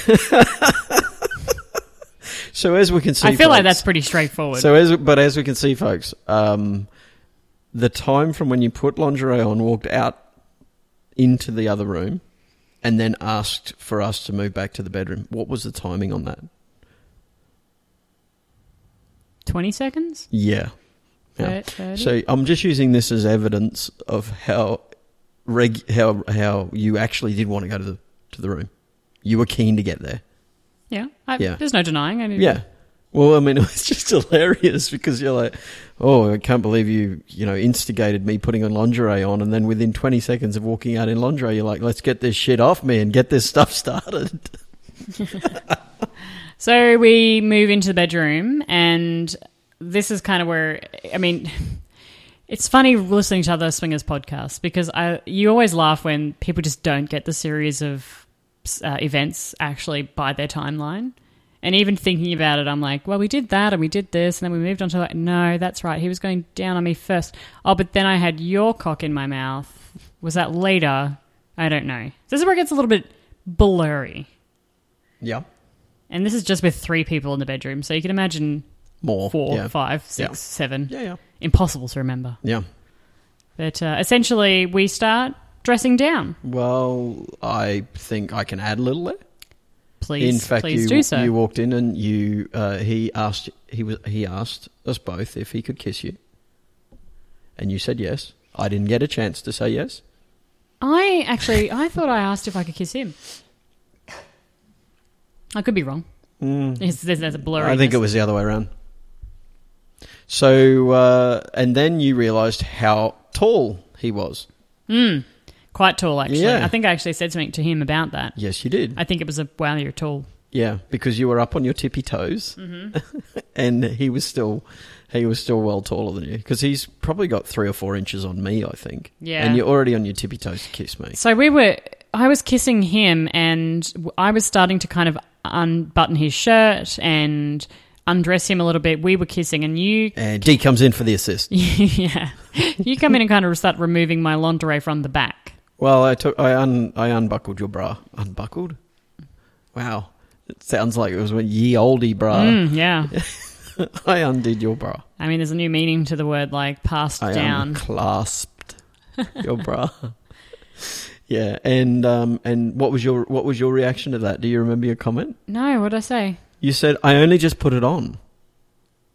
Speaker 2: So as we can see,
Speaker 1: I feel like
Speaker 2: folks-
Speaker 1: that's pretty straightforward.
Speaker 2: So as but as we can see, folks, um, the time from when you put lingerie on, walked out into the other room, and then asked for us to move back to the bedroom. What was the timing on that?
Speaker 1: 20 seconds?
Speaker 2: Yeah. Yeah.
Speaker 1: Thir- 30?
Speaker 2: So I'm just using this as evidence of how reg how how you actually did want to go to the to the room. You were keen to get there.
Speaker 1: yeah. I,
Speaker 2: yeah.
Speaker 1: There's no denying. I didn't-
Speaker 2: Yeah. Well, I mean, *laughs* it's just hilarious because you're like, oh, I can't believe you, you know, instigated me putting on lingerie on. And then within 20 seconds of walking out in lingerie, you're like, let's get this shit off me and get this *laughs* stuff started.
Speaker 1: So we move into the bedroom, and this is kind of where I mean, *laughs* it's funny listening to other swingers podcasts because I you always laugh when people just don't get the series of uh, events actually by their timeline. And even thinking about it, I'm like, well, we did that and we did this, and then we moved on to like, no, that's right. He was going down on me first. Oh, but then I had your cock in my mouth. Was that later? I don't know. This is where it gets a little bit blurry.
Speaker 2: Yeah.
Speaker 1: And this is just with three people in the bedroom, so you can imagine
Speaker 2: More.
Speaker 1: four,
Speaker 2: yeah.
Speaker 1: five, six,
Speaker 2: Yeah.
Speaker 1: seven.
Speaker 2: Yeah, yeah.
Speaker 1: Impossible to remember.
Speaker 2: Yeah.
Speaker 1: But uh, essentially, we start dressing down.
Speaker 2: Well, I think I can add a little there.
Speaker 1: Please,
Speaker 2: in fact,
Speaker 1: please
Speaker 2: you,
Speaker 1: do so.
Speaker 2: you walked in and you, uh, he asked, he was, he asked us both if he could kiss you. And you said yes. I didn't get a chance to say yes.
Speaker 1: I actually, I thought I asked if I could kiss him. I could be wrong. There's, there's, there's a blurry.
Speaker 2: Mm. I think it was the other way around. So, uh, and then you realised how tall he was.
Speaker 1: quite tall, actually.
Speaker 2: Yeah.
Speaker 1: I think I actually said something to him about that.
Speaker 2: Yes, you did.
Speaker 1: I think it was a wow, you're tall.
Speaker 2: yeah, because you were up on your tippy toes,
Speaker 1: Mm-hmm.
Speaker 2: *laughs* and he was still, he was still well taller than you because he's probably got three or four inches on me, I think.
Speaker 1: Yeah.
Speaker 2: and you're already on your tippy toes to kiss me.
Speaker 1: So we were. I was kissing him, and w- I was starting to kind of unbutton his shirt and undress him a little bit. We were kissing, and you, *laughs*
Speaker 2: And D comes in for the assist.
Speaker 1: yeah, you come in and kind of start removing my lingerie from the back.
Speaker 2: Well, I took, I un, I unbuckled your bra. Unbuckled. Wow, it sounds like it was when ye oldie bra.
Speaker 1: Mm, yeah,
Speaker 2: *laughs* I undid your bra.
Speaker 1: I mean, there's a new meaning to the word like passed
Speaker 2: I
Speaker 1: down.
Speaker 2: unclasped your bra. *laughs* yeah, and um, and what was your what was your reaction to that? Do you remember your comment?
Speaker 1: No, what did I say?
Speaker 2: You said I only just put it on,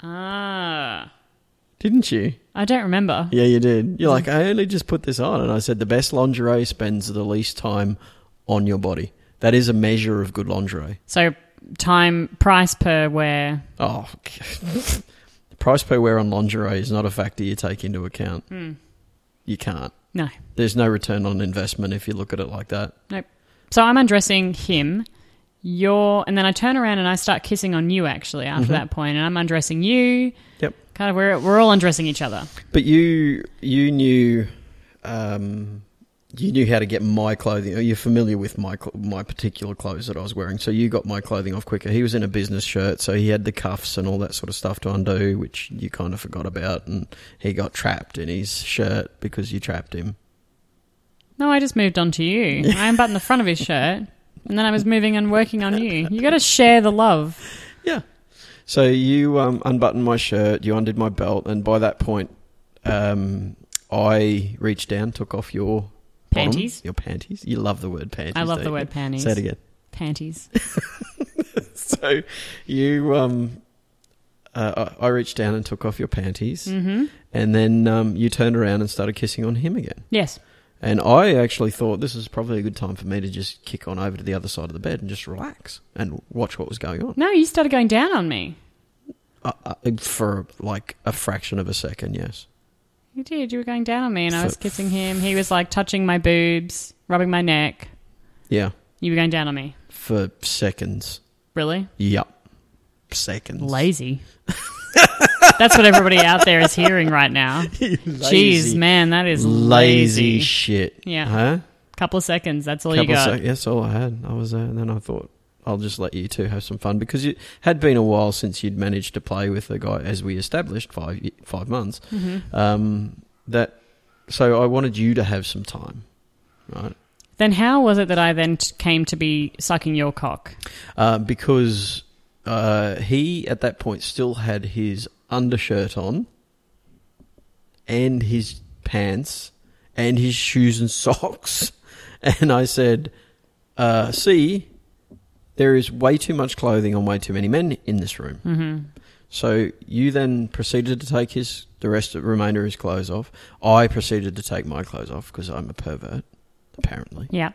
Speaker 1: Ah,
Speaker 2: didn't you?
Speaker 1: I don't remember.
Speaker 2: Yeah, you did. You're like I only just put this on, and I said the best lingerie spends the least time on your body. That is a measure of good lingerie.
Speaker 1: So time price per wear.
Speaker 2: Oh, the *laughs* price per wear on lingerie is not a factor you take into account. You can't.
Speaker 1: No,
Speaker 2: There's no return on investment if you look at it like that.
Speaker 1: Nope. So I'm undressing him. You're, and then I turn around and I start kissing on you. Actually, after that point, and I'm undressing you.
Speaker 2: Mm-hmm. Yep.
Speaker 1: Kind of, we're we're all undressing each other.
Speaker 2: But you you knew um, you knew how to get my clothing. Or you're familiar with my cl- my particular clothes that I was wearing, so you got my clothing off quicker. He was in a business shirt, so he had the cuffs and all that sort of stuff to undo, which you kind of forgot about, and he got trapped in his shirt because you trapped him.
Speaker 1: No, I just moved on to you.
Speaker 2: *laughs*
Speaker 1: I unbuttoned the front of his shirt, and then I was moving and working on you. You got to share the love.
Speaker 2: Yeah. So you um, unbuttoned my shirt, you undid my belt, and by that point, um, I reached down, took off your bottom,
Speaker 1: Panties.
Speaker 2: your panties. You love the word panties.
Speaker 1: I love
Speaker 2: don't
Speaker 1: the
Speaker 2: you?
Speaker 1: word panties.
Speaker 2: Say it again.
Speaker 1: Panties.
Speaker 2: *laughs* So you, um, uh, I I reached down and took off your panties,
Speaker 1: Mm-hmm.
Speaker 2: and then um, you turned around and started kissing on him again.
Speaker 1: Yes.
Speaker 2: And I actually thought this is probably a good time for me to just kick on over to the other side of the bed and just relax and watch what was going on.
Speaker 1: No, you started going down on me.
Speaker 2: Uh, uh, for like a fraction of a second, yes.
Speaker 1: You did. You were going down on me, and I
Speaker 2: For-
Speaker 1: was kissing him. He was like touching my boobs, rubbing my neck.
Speaker 2: Yeah,
Speaker 1: You were going down on me.
Speaker 2: for seconds.
Speaker 1: Really?
Speaker 2: Yep. Seconds.
Speaker 1: Lazy. That's what everybody out there is hearing right now. Jeez,
Speaker 2: *laughs* Lazy.
Speaker 1: man, that is
Speaker 2: Lazy
Speaker 1: lazy.
Speaker 2: shit.
Speaker 1: Yeah.
Speaker 2: Huh?
Speaker 1: Couple of seconds. That's all you
Speaker 2: Couple
Speaker 1: got.
Speaker 2: sec- yes, all I had. I was there, and then I thought I'll just let you two have some fun because it had been a while since you'd managed to play with the guy, as we established five y- five months.
Speaker 1: Mm-hmm.
Speaker 2: Um, that so I wanted you to have some time, right?
Speaker 1: Then how was it that I then t- came to be sucking your cock?
Speaker 2: Uh, because uh, he at that point still had his undershirt on, and his pants, and his shoes and *laughs* socks, and I said, uh, "See, there is way too much clothing on way too many men in this room."
Speaker 1: Mm-hmm.
Speaker 2: So you then proceeded to take his the rest of remainder of his clothes off. I proceeded to take my clothes off because I'm a pervert, apparently.
Speaker 1: Yeah.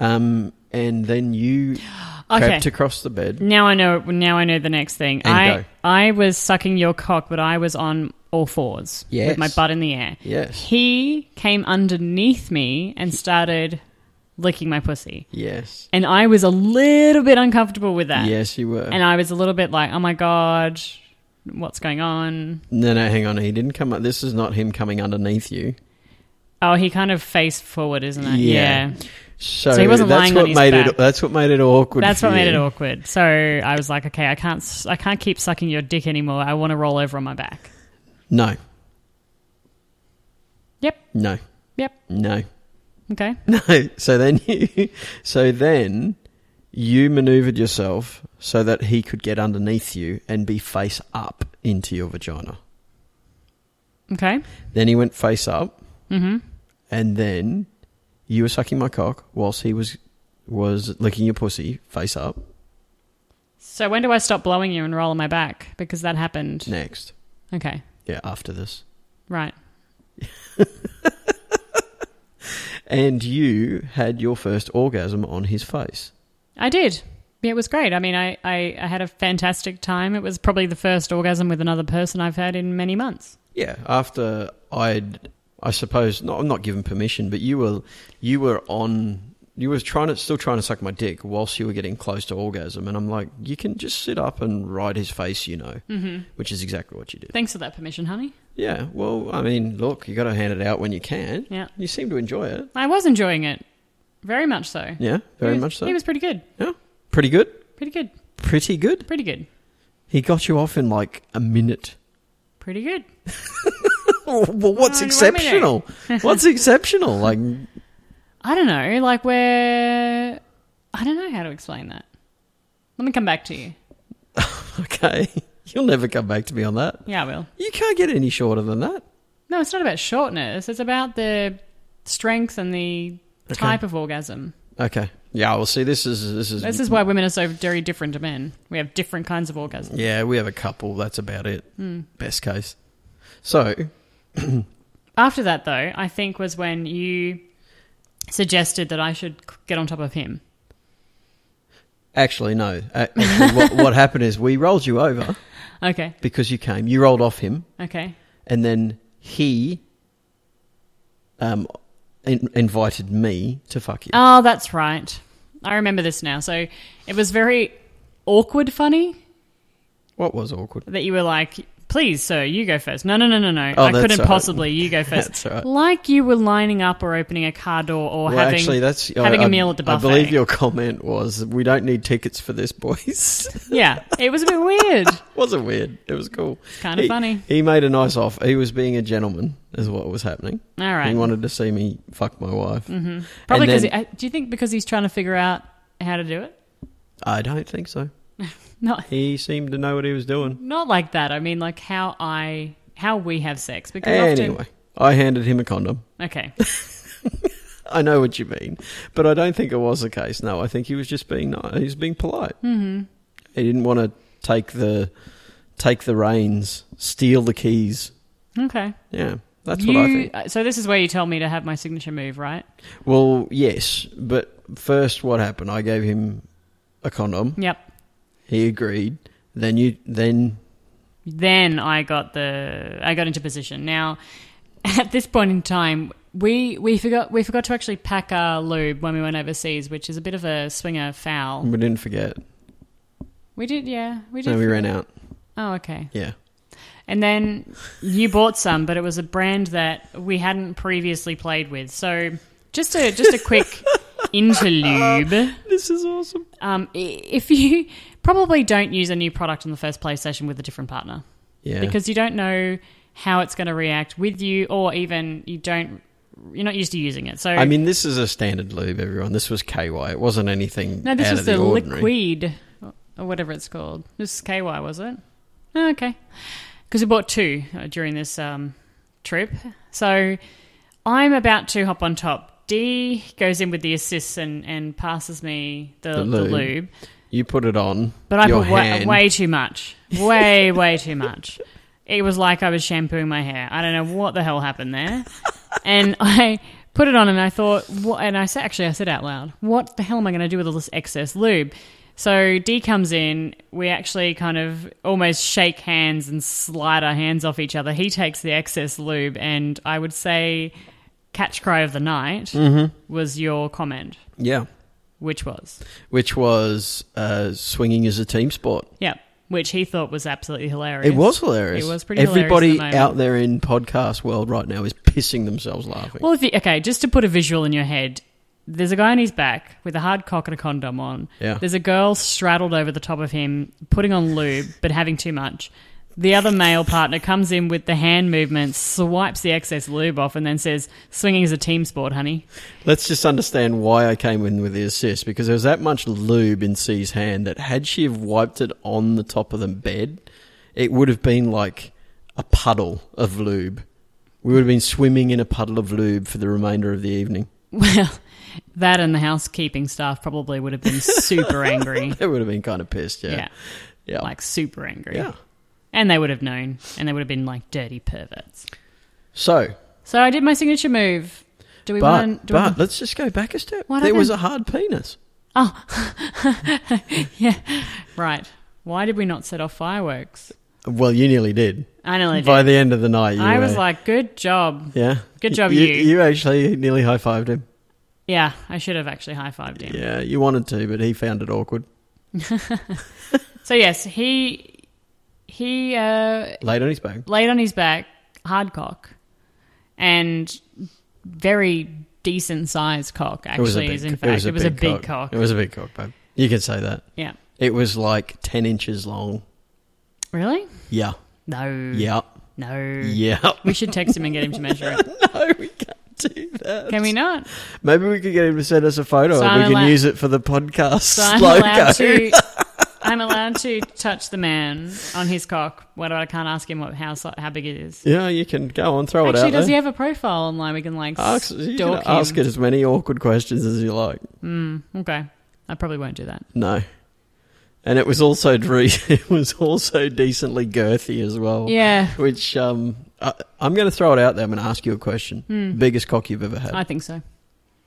Speaker 2: Um, and then you *gasps*
Speaker 1: Okay.
Speaker 2: crept across the bed.
Speaker 1: Now I know. Now I know the next thing.
Speaker 2: And
Speaker 1: I
Speaker 2: go.
Speaker 1: I was sucking your cock, but I was on all fours
Speaker 2: Yes.
Speaker 1: with my butt in the air.
Speaker 2: Yes.
Speaker 1: He came underneath me and started licking my pussy,
Speaker 2: Yes.
Speaker 1: and I was a little bit uncomfortable with that.
Speaker 2: Yes, you were.
Speaker 1: And I was a little bit like, "Oh my god, what's going on?"
Speaker 2: no, no, hang on. He didn't come up. This is not him coming underneath you.
Speaker 1: Oh, he kind of faced forward, isn't it?
Speaker 2: Yeah. So,
Speaker 1: So he wasn't
Speaker 2: that's
Speaker 1: lying
Speaker 2: what
Speaker 1: on his
Speaker 2: made
Speaker 1: back.
Speaker 2: it. That's what made it awkward.
Speaker 1: That's
Speaker 2: for
Speaker 1: what made it
Speaker 2: you.
Speaker 1: awkward. So I was like, okay, I can't, s- I can't keep sucking your dick anymore. I want to roll over on my back.
Speaker 2: No.
Speaker 1: Yep.
Speaker 2: No.
Speaker 1: Yep.
Speaker 2: No. *laughs*
Speaker 1: Okay.
Speaker 2: No. So then you so then you maneuvered yourself so that he could get underneath you and be face up into your vagina.
Speaker 1: Okay.
Speaker 2: Then he went face up
Speaker 1: Mm-hmm.
Speaker 2: and then you were sucking my cock whilst he was was licking your pussy face up
Speaker 1: So when do I stop blowing you and roll on my back? Because that happened.
Speaker 2: next.
Speaker 1: Okay.
Speaker 2: Yeah, after this.
Speaker 1: Right.
Speaker 2: And you had your first orgasm on his face.
Speaker 1: I did. Yeah, It was great. I mean, I, I, I had a fantastic time. It was probably the first orgasm with another person I've had in many months.
Speaker 2: Yeah, after I'd, I suppose, not, I'm not given permission, but you were, you were on, you were trying to, still trying to suck my dick whilst you were getting close to orgasm, and I'm like, you can just sit up and ride his face, you know, mm-hmm. which is exactly what you did.
Speaker 1: Thanks for that permission, honey.
Speaker 2: Yeah, well, I mean, look, you got to hand it out when you can.
Speaker 1: Yeah.
Speaker 2: You seem to enjoy it.
Speaker 1: I was enjoying it. Very much so.
Speaker 2: Yeah, very
Speaker 1: He was-
Speaker 2: much so.
Speaker 1: He was pretty good.
Speaker 2: yeah, pretty good,
Speaker 1: Pretty good.
Speaker 2: pretty good.
Speaker 1: Pretty good.
Speaker 2: He got you off in like a minute. *laughs*
Speaker 1: Pretty good.
Speaker 2: well, what's
Speaker 1: Oh, you want me to- *laughs*
Speaker 2: exceptional? what's exceptional? Like, *laughs*
Speaker 1: I don't know, like where I don't know how to explain that. Let me come back to you.
Speaker 2: okay, you'll never come back to me on that.
Speaker 1: Yeah, I will.
Speaker 2: You can't get any shorter than that.
Speaker 1: No, it's not about shortness. It's about the strength and the
Speaker 2: Okay.
Speaker 1: type of orgasm.
Speaker 2: Okay. Yeah. Well, see, this is this is
Speaker 1: This is why women are so very different to men. We have different kinds of orgasms.
Speaker 2: yeah. We have a couple. That's about it.
Speaker 1: Hmm.
Speaker 2: Best case. So
Speaker 1: After that, though, I think was when you suggested that I should c- get on top of him.
Speaker 2: actually, no. A- Actually, what, what happened is we rolled you over
Speaker 1: Okay,
Speaker 2: because you came. You rolled off him,
Speaker 1: okay.
Speaker 2: and then he um in- invited me to fuck you.
Speaker 1: Oh, that's right. I remember this now. So it was very awkward, funny
Speaker 2: what was awkward?
Speaker 1: that you were like Please, sir, you go first. No, no, no, no, no.
Speaker 2: Oh,
Speaker 1: I
Speaker 2: that's
Speaker 1: couldn't
Speaker 2: all right.
Speaker 1: possibly. You
Speaker 2: *laughs*
Speaker 1: go first.
Speaker 2: That's all right.
Speaker 1: Like you were lining up or opening a car door or
Speaker 2: Well,
Speaker 1: having
Speaker 2: actually, that's
Speaker 1: having
Speaker 2: a
Speaker 1: a meal at the buffet.
Speaker 2: I believe your comment was, "We don't need tickets for this, *laughs* boys."
Speaker 1: Yeah, it was a bit
Speaker 2: *laughs*
Speaker 1: weird.
Speaker 2: wasn't weird. It was cool.
Speaker 1: kinda
Speaker 2: He-
Speaker 1: funny.
Speaker 2: He made a nice offer. He was being a gentleman, is what was happening.
Speaker 1: All right.
Speaker 2: He wanted to see me fuck my wife. Mm-hmm.
Speaker 1: Probably because
Speaker 2: then,
Speaker 1: do you think because he's trying to figure out how to do it?
Speaker 2: I don't think so.
Speaker 1: Not
Speaker 2: He seemed to know what he was doing.
Speaker 1: not like that. I mean, like how I how we have sex because
Speaker 2: Anyway, I handed him a condom.
Speaker 1: often
Speaker 2: *laughs*
Speaker 1: okay,
Speaker 2: I know what you mean, but I don't think it was the case. No, I think he was just being nice. He was being polite. Mm-hmm. He didn't want to take the take the reins, steal the keys.
Speaker 1: okay.
Speaker 2: Yeah, that's
Speaker 1: you, uh,
Speaker 2: what I think.
Speaker 1: So this is where you tell me to have my signature move, right?
Speaker 2: Well, yes, but first, what happened? I gave him a condom.
Speaker 1: Yep.
Speaker 2: He agreed. Then you then
Speaker 1: Then I got the I got into position. Now, at this point in time, we we forgot we forgot to actually pack our lube when we went overseas, which is a bit of a swinger foul.
Speaker 2: we didn't forget.
Speaker 1: We did, yeah, we did.
Speaker 2: No, Mm. we ran out.
Speaker 1: oh, okay.
Speaker 2: Yeah,
Speaker 1: And then you bought some, but it was a brand that we hadn't previously played with. So just a just a
Speaker 2: *laughs*
Speaker 1: quick interlude.
Speaker 2: Uh, this is awesome.
Speaker 1: Um, i- if you probably don't use a new product in the first play session with a different partner
Speaker 2: Yeah,
Speaker 1: because you don't know how it's going to react with you, or even you don't you're not used to using it. So
Speaker 2: I mean, this is a standard lube, everyone. This was KY. It wasn't anything.
Speaker 1: no, this
Speaker 2: out
Speaker 1: was
Speaker 2: of the,
Speaker 1: the
Speaker 2: ordinary.
Speaker 1: liquid or whatever it's called. This is KY was it? Oh, okay, because we bought two uh, during this um, trip. So I'm about to hop on top. D goes in with the assists and, and passes me the, the
Speaker 2: The lube.
Speaker 1: lube.
Speaker 2: You put it on,
Speaker 1: But I
Speaker 2: your
Speaker 1: put way,
Speaker 2: hand-
Speaker 1: way too much. Way, way too much. It was like I was shampooing my hair. I don't know what the hell happened there. And *laughs* I put it on and I thought, what, and I said, actually, I said out loud, what the hell am I going to do with all this excess lube? So D comes in. We actually kind of almost shake hands and slide our hands off each other. He takes the excess lube, and I would say, catch cry of the night
Speaker 2: Mm-hmm.
Speaker 1: was your comment,
Speaker 2: Yeah,
Speaker 1: which was.
Speaker 2: which was uh, swinging as a team sport.
Speaker 1: Yeah, which he thought was absolutely hilarious.
Speaker 2: It was hilarious.
Speaker 1: It was pretty hilarious
Speaker 2: Everybody
Speaker 1: at the moment.
Speaker 2: out there in podcast world right now is pissing themselves laughing.
Speaker 1: Well, if you, okay, just to put a visual in your head, there's a guy on his back with a hard cock and a condom on.
Speaker 2: Yeah.
Speaker 1: There's a girl straddled over the top of him, putting on lube but having too much. The other male partner comes in with the hand movement, swipes the excess lube off, and then says, "Swinging is a team sport, honey." *laughs*
Speaker 2: Let's just understand why I came in with the assist because there was that much lube in C's hand that had she have wiped it on the top of the bed, it would have been like a puddle of lube. We would have been swimming in a puddle of lube for the remainder of the evening.
Speaker 1: Well, that and the housekeeping staff probably would have been
Speaker 2: *laughs*
Speaker 1: super angry.
Speaker 2: They would have been kind of pissed, yeah.
Speaker 1: yeah.
Speaker 2: Yeah.
Speaker 1: like super angry.
Speaker 2: yeah.
Speaker 1: And they would have known, and they would have been like dirty perverts.
Speaker 2: So,
Speaker 1: So I did my signature move. Do we
Speaker 2: but
Speaker 1: want? Do
Speaker 2: but
Speaker 1: we want
Speaker 2: let's just go back a step.
Speaker 1: What
Speaker 2: there was a
Speaker 1: happened?
Speaker 2: hard penis.
Speaker 1: Oh, *laughs* right. Why did we not set off fireworks?
Speaker 2: Well, you nearly did.
Speaker 1: I nearly did.
Speaker 2: By the end of the night, you
Speaker 1: I was
Speaker 2: were-
Speaker 1: like, good job.
Speaker 2: "Yeah,
Speaker 1: good job,
Speaker 2: You,
Speaker 1: you.
Speaker 2: you actually nearly high fived him.
Speaker 1: Yeah, I should have actually high fived him.
Speaker 2: Yeah, you wanted to, but he found it awkward.
Speaker 1: So yes, he he uh,
Speaker 2: Laid on his back.
Speaker 1: laid on his back, hard cock, and very decent sized cock. Actually, is in fact, it was a big cock.
Speaker 2: It was a big cock, babe. You can say that.
Speaker 1: Yeah.
Speaker 2: It was like ten inches long.
Speaker 1: Really?
Speaker 2: Yeah,
Speaker 1: No.
Speaker 2: yeah,
Speaker 1: No.
Speaker 2: yeah. *laughs*
Speaker 1: We should text him and get him to measure it. *laughs*
Speaker 2: no, we can't do that.
Speaker 1: Can we not?
Speaker 2: Maybe we could get him to send us a photo,
Speaker 1: So
Speaker 2: and
Speaker 1: I'm
Speaker 2: we can
Speaker 1: allo-
Speaker 2: use it for the podcast
Speaker 1: So I'm
Speaker 2: *laughs* logo.
Speaker 1: allowed to.
Speaker 2: *laughs*
Speaker 1: I'm allowed to touch the man on his cock. What I can't ask him what how so- how big it is.
Speaker 2: Yeah, you can go on, throw
Speaker 1: Actually,
Speaker 2: it out
Speaker 1: does he
Speaker 2: there.
Speaker 1: have a profile online? We can like
Speaker 2: ask, you can
Speaker 1: stalk him. Hmm,
Speaker 2: ask it as many awkward questions as you like.
Speaker 1: Okay, I probably won't do that.
Speaker 2: No. And it was also dre- *laughs* it was also decently girthy as well.
Speaker 1: Yeah,
Speaker 2: Which um, I, I'm going to throw it out there. I'm going to ask you a question. Biggest cock you've ever had?
Speaker 1: Hmm. I think so.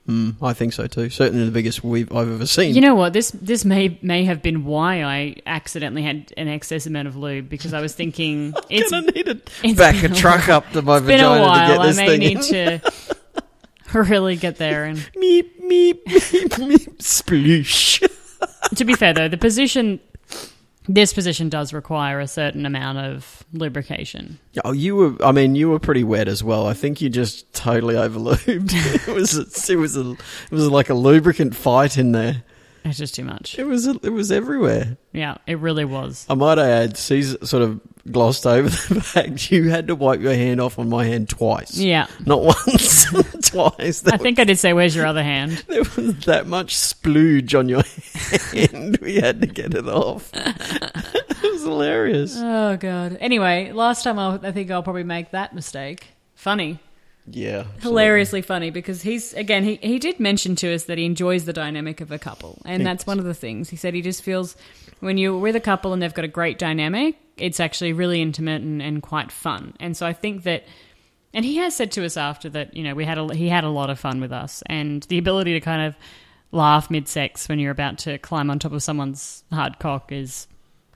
Speaker 2: Mm, I think so too. Certainly the biggest we've I've ever seen. *laughs*
Speaker 1: You know what? This this may may have been why I accidentally had an excess amount of lube because I was
Speaker 2: *laughs*
Speaker 1: thinking it's
Speaker 2: going to need to
Speaker 1: it's
Speaker 2: back a
Speaker 1: been a
Speaker 2: truck up to my
Speaker 1: been a
Speaker 2: vagina to
Speaker 1: while.
Speaker 2: get
Speaker 1: I
Speaker 2: this
Speaker 1: may
Speaker 2: thing.
Speaker 1: need
Speaker 2: in.
Speaker 1: to
Speaker 2: *laughs*
Speaker 1: really get there. And
Speaker 2: Meep meep meep meep sploosh. *laughs*
Speaker 1: to be fair though, the position this position does require a certain amount of lubrication.
Speaker 2: Oh, you were. I mean, you were pretty wet as well. I think you just totally overlubed. *laughs* it was. It was a. It was like a lubricant fight in there.
Speaker 1: It's just too much.
Speaker 2: It was. It was everywhere.
Speaker 1: Yeah, it really was.
Speaker 2: I might add, she's sort of glossed over *laughs* the fact you had to wipe your hand off on my hand twice.
Speaker 1: Yeah.
Speaker 2: Not once, *laughs* twice. There,
Speaker 1: I think I did say, "Where's your other hand?"
Speaker 2: there was that much splooge on your *laughs* hand. we had to get it off. *laughs* it was hilarious.
Speaker 1: Oh god. Anyway, last time I, I think I'll probably make that mistake. Funny,
Speaker 2: Yeah. absolutely.
Speaker 1: hilariously funny, because he's again he he did mention to us that he enjoys the dynamic of a couple, and that's one of the things he said. He just feels when you're with a couple and they've got a great dynamic, it's actually really intimate and, and quite fun. And so I think that. And he has said to us after that, you know, we had a, he had a lot of fun with us, and the ability to kind of laugh mid-sex when you're about to climb on top of someone's hard cock is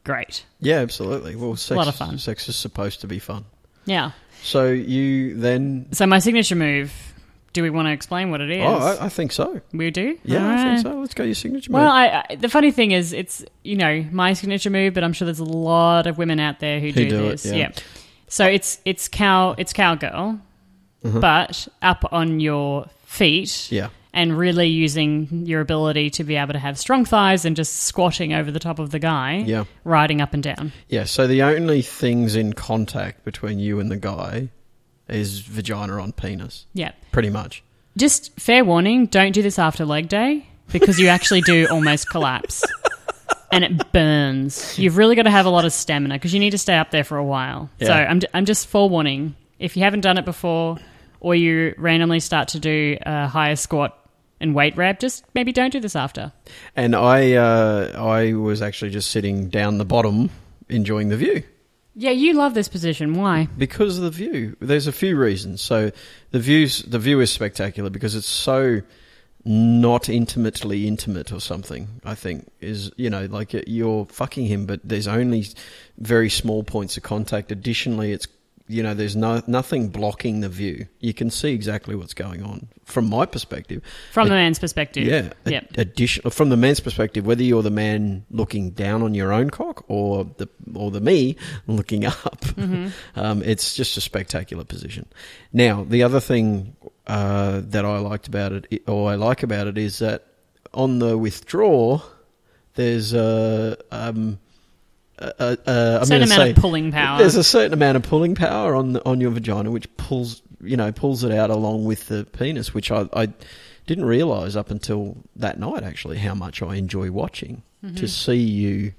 Speaker 1: great.
Speaker 2: Yeah, absolutely. Well, sex,
Speaker 1: lot of fun.
Speaker 2: sex is supposed to be fun.
Speaker 1: Yeah.
Speaker 2: So you then.
Speaker 1: So my signature move. Do we want to explain what it is?
Speaker 2: Oh, I, I think so.
Speaker 1: we do.
Speaker 2: Yeah, I
Speaker 1: Alright.
Speaker 2: think so. Let's go your signature.
Speaker 1: Well,
Speaker 2: mate.
Speaker 1: I, I, the funny thing is, it's you know my signature move, but I'm sure there's a lot of women out there who, do,
Speaker 2: do it,
Speaker 1: this.
Speaker 2: yeah.
Speaker 1: So it's it's cow it's cowgirl, but up on your feet.
Speaker 2: Mm-hmm. yeah.
Speaker 1: And really using your ability to be able to have strong thighs and just squatting over the top of the guy,
Speaker 2: Yeah.
Speaker 1: riding up and down.
Speaker 2: Yeah, so the only things in contact between you and the guy is vagina on penis,
Speaker 1: Yeah.
Speaker 2: pretty much.
Speaker 1: Just fair warning, don't do this after leg day because you actually
Speaker 2: *laughs*
Speaker 1: do almost collapse. And it burns. You've really got to have a lot of stamina because you need to stay up there for a while. So
Speaker 2: Yeah.
Speaker 1: I'm, I'm just forewarning. If you haven't done it before or you randomly start to do a higher squat and weight rep, just maybe don't do this after.
Speaker 2: And I, uh, I was actually just sitting down the bottom, enjoying the view
Speaker 1: Yeah, you love this position. Why?
Speaker 2: because of the view. There's a few reasons. So the views, the view is spectacular because it's so not intimately intimate or something. I think is you know like you're fucking him, but there's only very small points of contact. Additionally, it's you know there's no nothing blocking the view. You can see exactly what's going on from my perspective.
Speaker 1: From the man's perspective.
Speaker 2: Yeah. a-
Speaker 1: Yep.
Speaker 2: addition- from the man's perspective, whether you're the man looking down on your own cock or the or the me looking *laughs* up,
Speaker 1: Mm-hmm.
Speaker 2: um, it's just a spectacular position. Now, the other thing uh, that I liked about it, i- or I like about it, is that on the withdraw, there's a. Um, a, a, a, I'm
Speaker 1: Certain
Speaker 2: gonna
Speaker 1: amount of
Speaker 2: say-
Speaker 1: pulling power.
Speaker 2: There's a certain amount of pulling power on on your vagina, which pulls you know pulls it out along with the penis, which I, I didn't realize up until that night actually how much I enjoy watching
Speaker 1: Mm-hmm.
Speaker 2: to see you,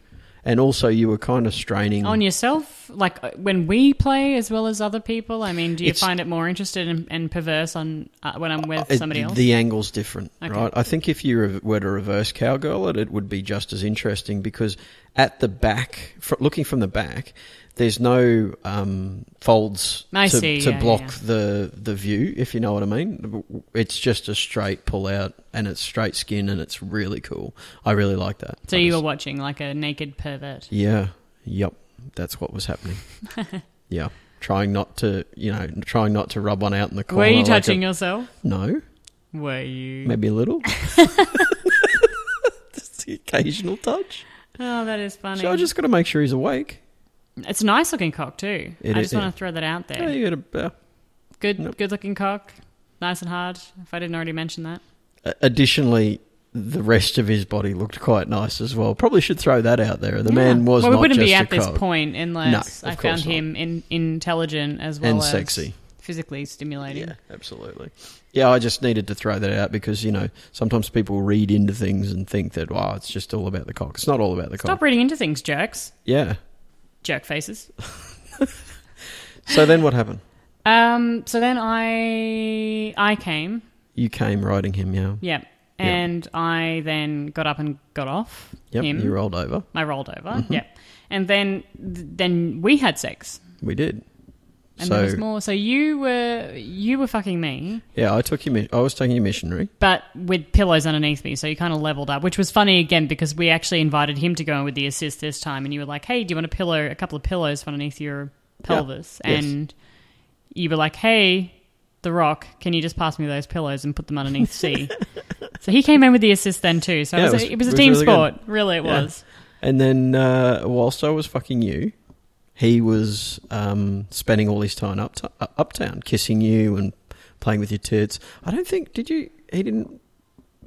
Speaker 2: and also you were kind of straining
Speaker 1: on yourself like uh, when we play as well as other people i mean do you
Speaker 2: It's-
Speaker 1: find it more interested and, and perverse on uh, when i'm with
Speaker 2: It-
Speaker 1: somebody else
Speaker 2: The angle's different,
Speaker 1: Okay.
Speaker 2: right? I think if you re- were to reverse cowgirl it, it would be just as interesting because at the back, fr- looking from the back, there's no um, folds
Speaker 1: I
Speaker 2: to,
Speaker 1: see,
Speaker 2: to
Speaker 1: yeah,
Speaker 2: block
Speaker 1: yeah.
Speaker 2: the the view, if you know what I mean. It's just a straight pull out, and it's straight skin, and it's really cool. I really like that.
Speaker 1: so
Speaker 2: I
Speaker 1: you
Speaker 2: just-
Speaker 1: were watching like a naked pervert
Speaker 2: *laughs* yeah. Yep. That's what was
Speaker 1: *laughs*
Speaker 2: happening. yeah. Trying not to, you know, trying not to rub one out in the corner.
Speaker 1: were you
Speaker 2: like a-
Speaker 1: touching yourself
Speaker 2: no.
Speaker 1: were you
Speaker 2: Maybe
Speaker 1: *laughs*
Speaker 2: a little. *laughs* just the occasional touch.
Speaker 1: oh that is funny
Speaker 2: So I just got to make sure he's awake.
Speaker 1: it's a nice looking cock too
Speaker 2: It
Speaker 1: i
Speaker 2: is,
Speaker 1: just want
Speaker 2: yeah.
Speaker 1: to throw that out
Speaker 2: Yeah,
Speaker 1: there
Speaker 2: you got to. Uh,
Speaker 1: good
Speaker 2: Nope.
Speaker 1: good looking cock nice and hard if i didn't already mention that
Speaker 2: a- additionally, the rest of his body looked quite nice as well. Probably should throw that out there. The
Speaker 1: Yeah.
Speaker 2: man was
Speaker 1: well we
Speaker 2: not
Speaker 1: wouldn't
Speaker 2: just
Speaker 1: be
Speaker 2: a
Speaker 1: at this
Speaker 2: cock.
Speaker 1: point unless
Speaker 2: No,
Speaker 1: i
Speaker 2: of
Speaker 1: found
Speaker 2: course not.
Speaker 1: him in, intelligent as well
Speaker 2: And
Speaker 1: as
Speaker 2: sexy.
Speaker 1: physically stimulating
Speaker 2: Yeah, absolutely. Yeah, I just needed to throw that out because you know sometimes people read into things and think that wow, it's just all about the cock. It's not all about the
Speaker 1: stop
Speaker 2: cock.
Speaker 1: reading into things jerks
Speaker 2: Yeah.
Speaker 1: jerk faces
Speaker 2: So then what happened?
Speaker 1: Um. So then I I came.
Speaker 2: You came riding him, yeah.
Speaker 1: Yeah.
Speaker 2: Yeah.
Speaker 1: And I then got up and got off
Speaker 2: Yep,
Speaker 1: him.
Speaker 2: you rolled Mm-hmm. over.
Speaker 1: I rolled over. Yeah. And then th- then we had sex.
Speaker 2: We did.
Speaker 1: And
Speaker 2: so
Speaker 1: there was more. So you were you were fucking me,
Speaker 2: Yeah, I took you. I was taking you missionary.
Speaker 1: but with pillows underneath me. So you kind of leveled up, which was funny again because we actually invited him to go in with the assist this time, and you were like, "Hey, do you want a pillow? A couple of pillows underneath your pelvis?"
Speaker 2: Yes.
Speaker 1: And you were like, "Hey, the Rock, can you just pass me those pillows and put them
Speaker 2: *laughs*
Speaker 1: underneath C?" so he came in with the assist then too. So it,
Speaker 2: Yeah,
Speaker 1: was
Speaker 2: it
Speaker 1: a,
Speaker 2: was-
Speaker 1: it was a
Speaker 2: it was
Speaker 1: team
Speaker 2: really
Speaker 1: sport, really. It
Speaker 2: Yeah.
Speaker 1: was.
Speaker 2: And then uh, whilst I was fucking you, he was um, spending all his time up uh, uptown, kissing you and playing with your tits. I don't think did you? He didn't.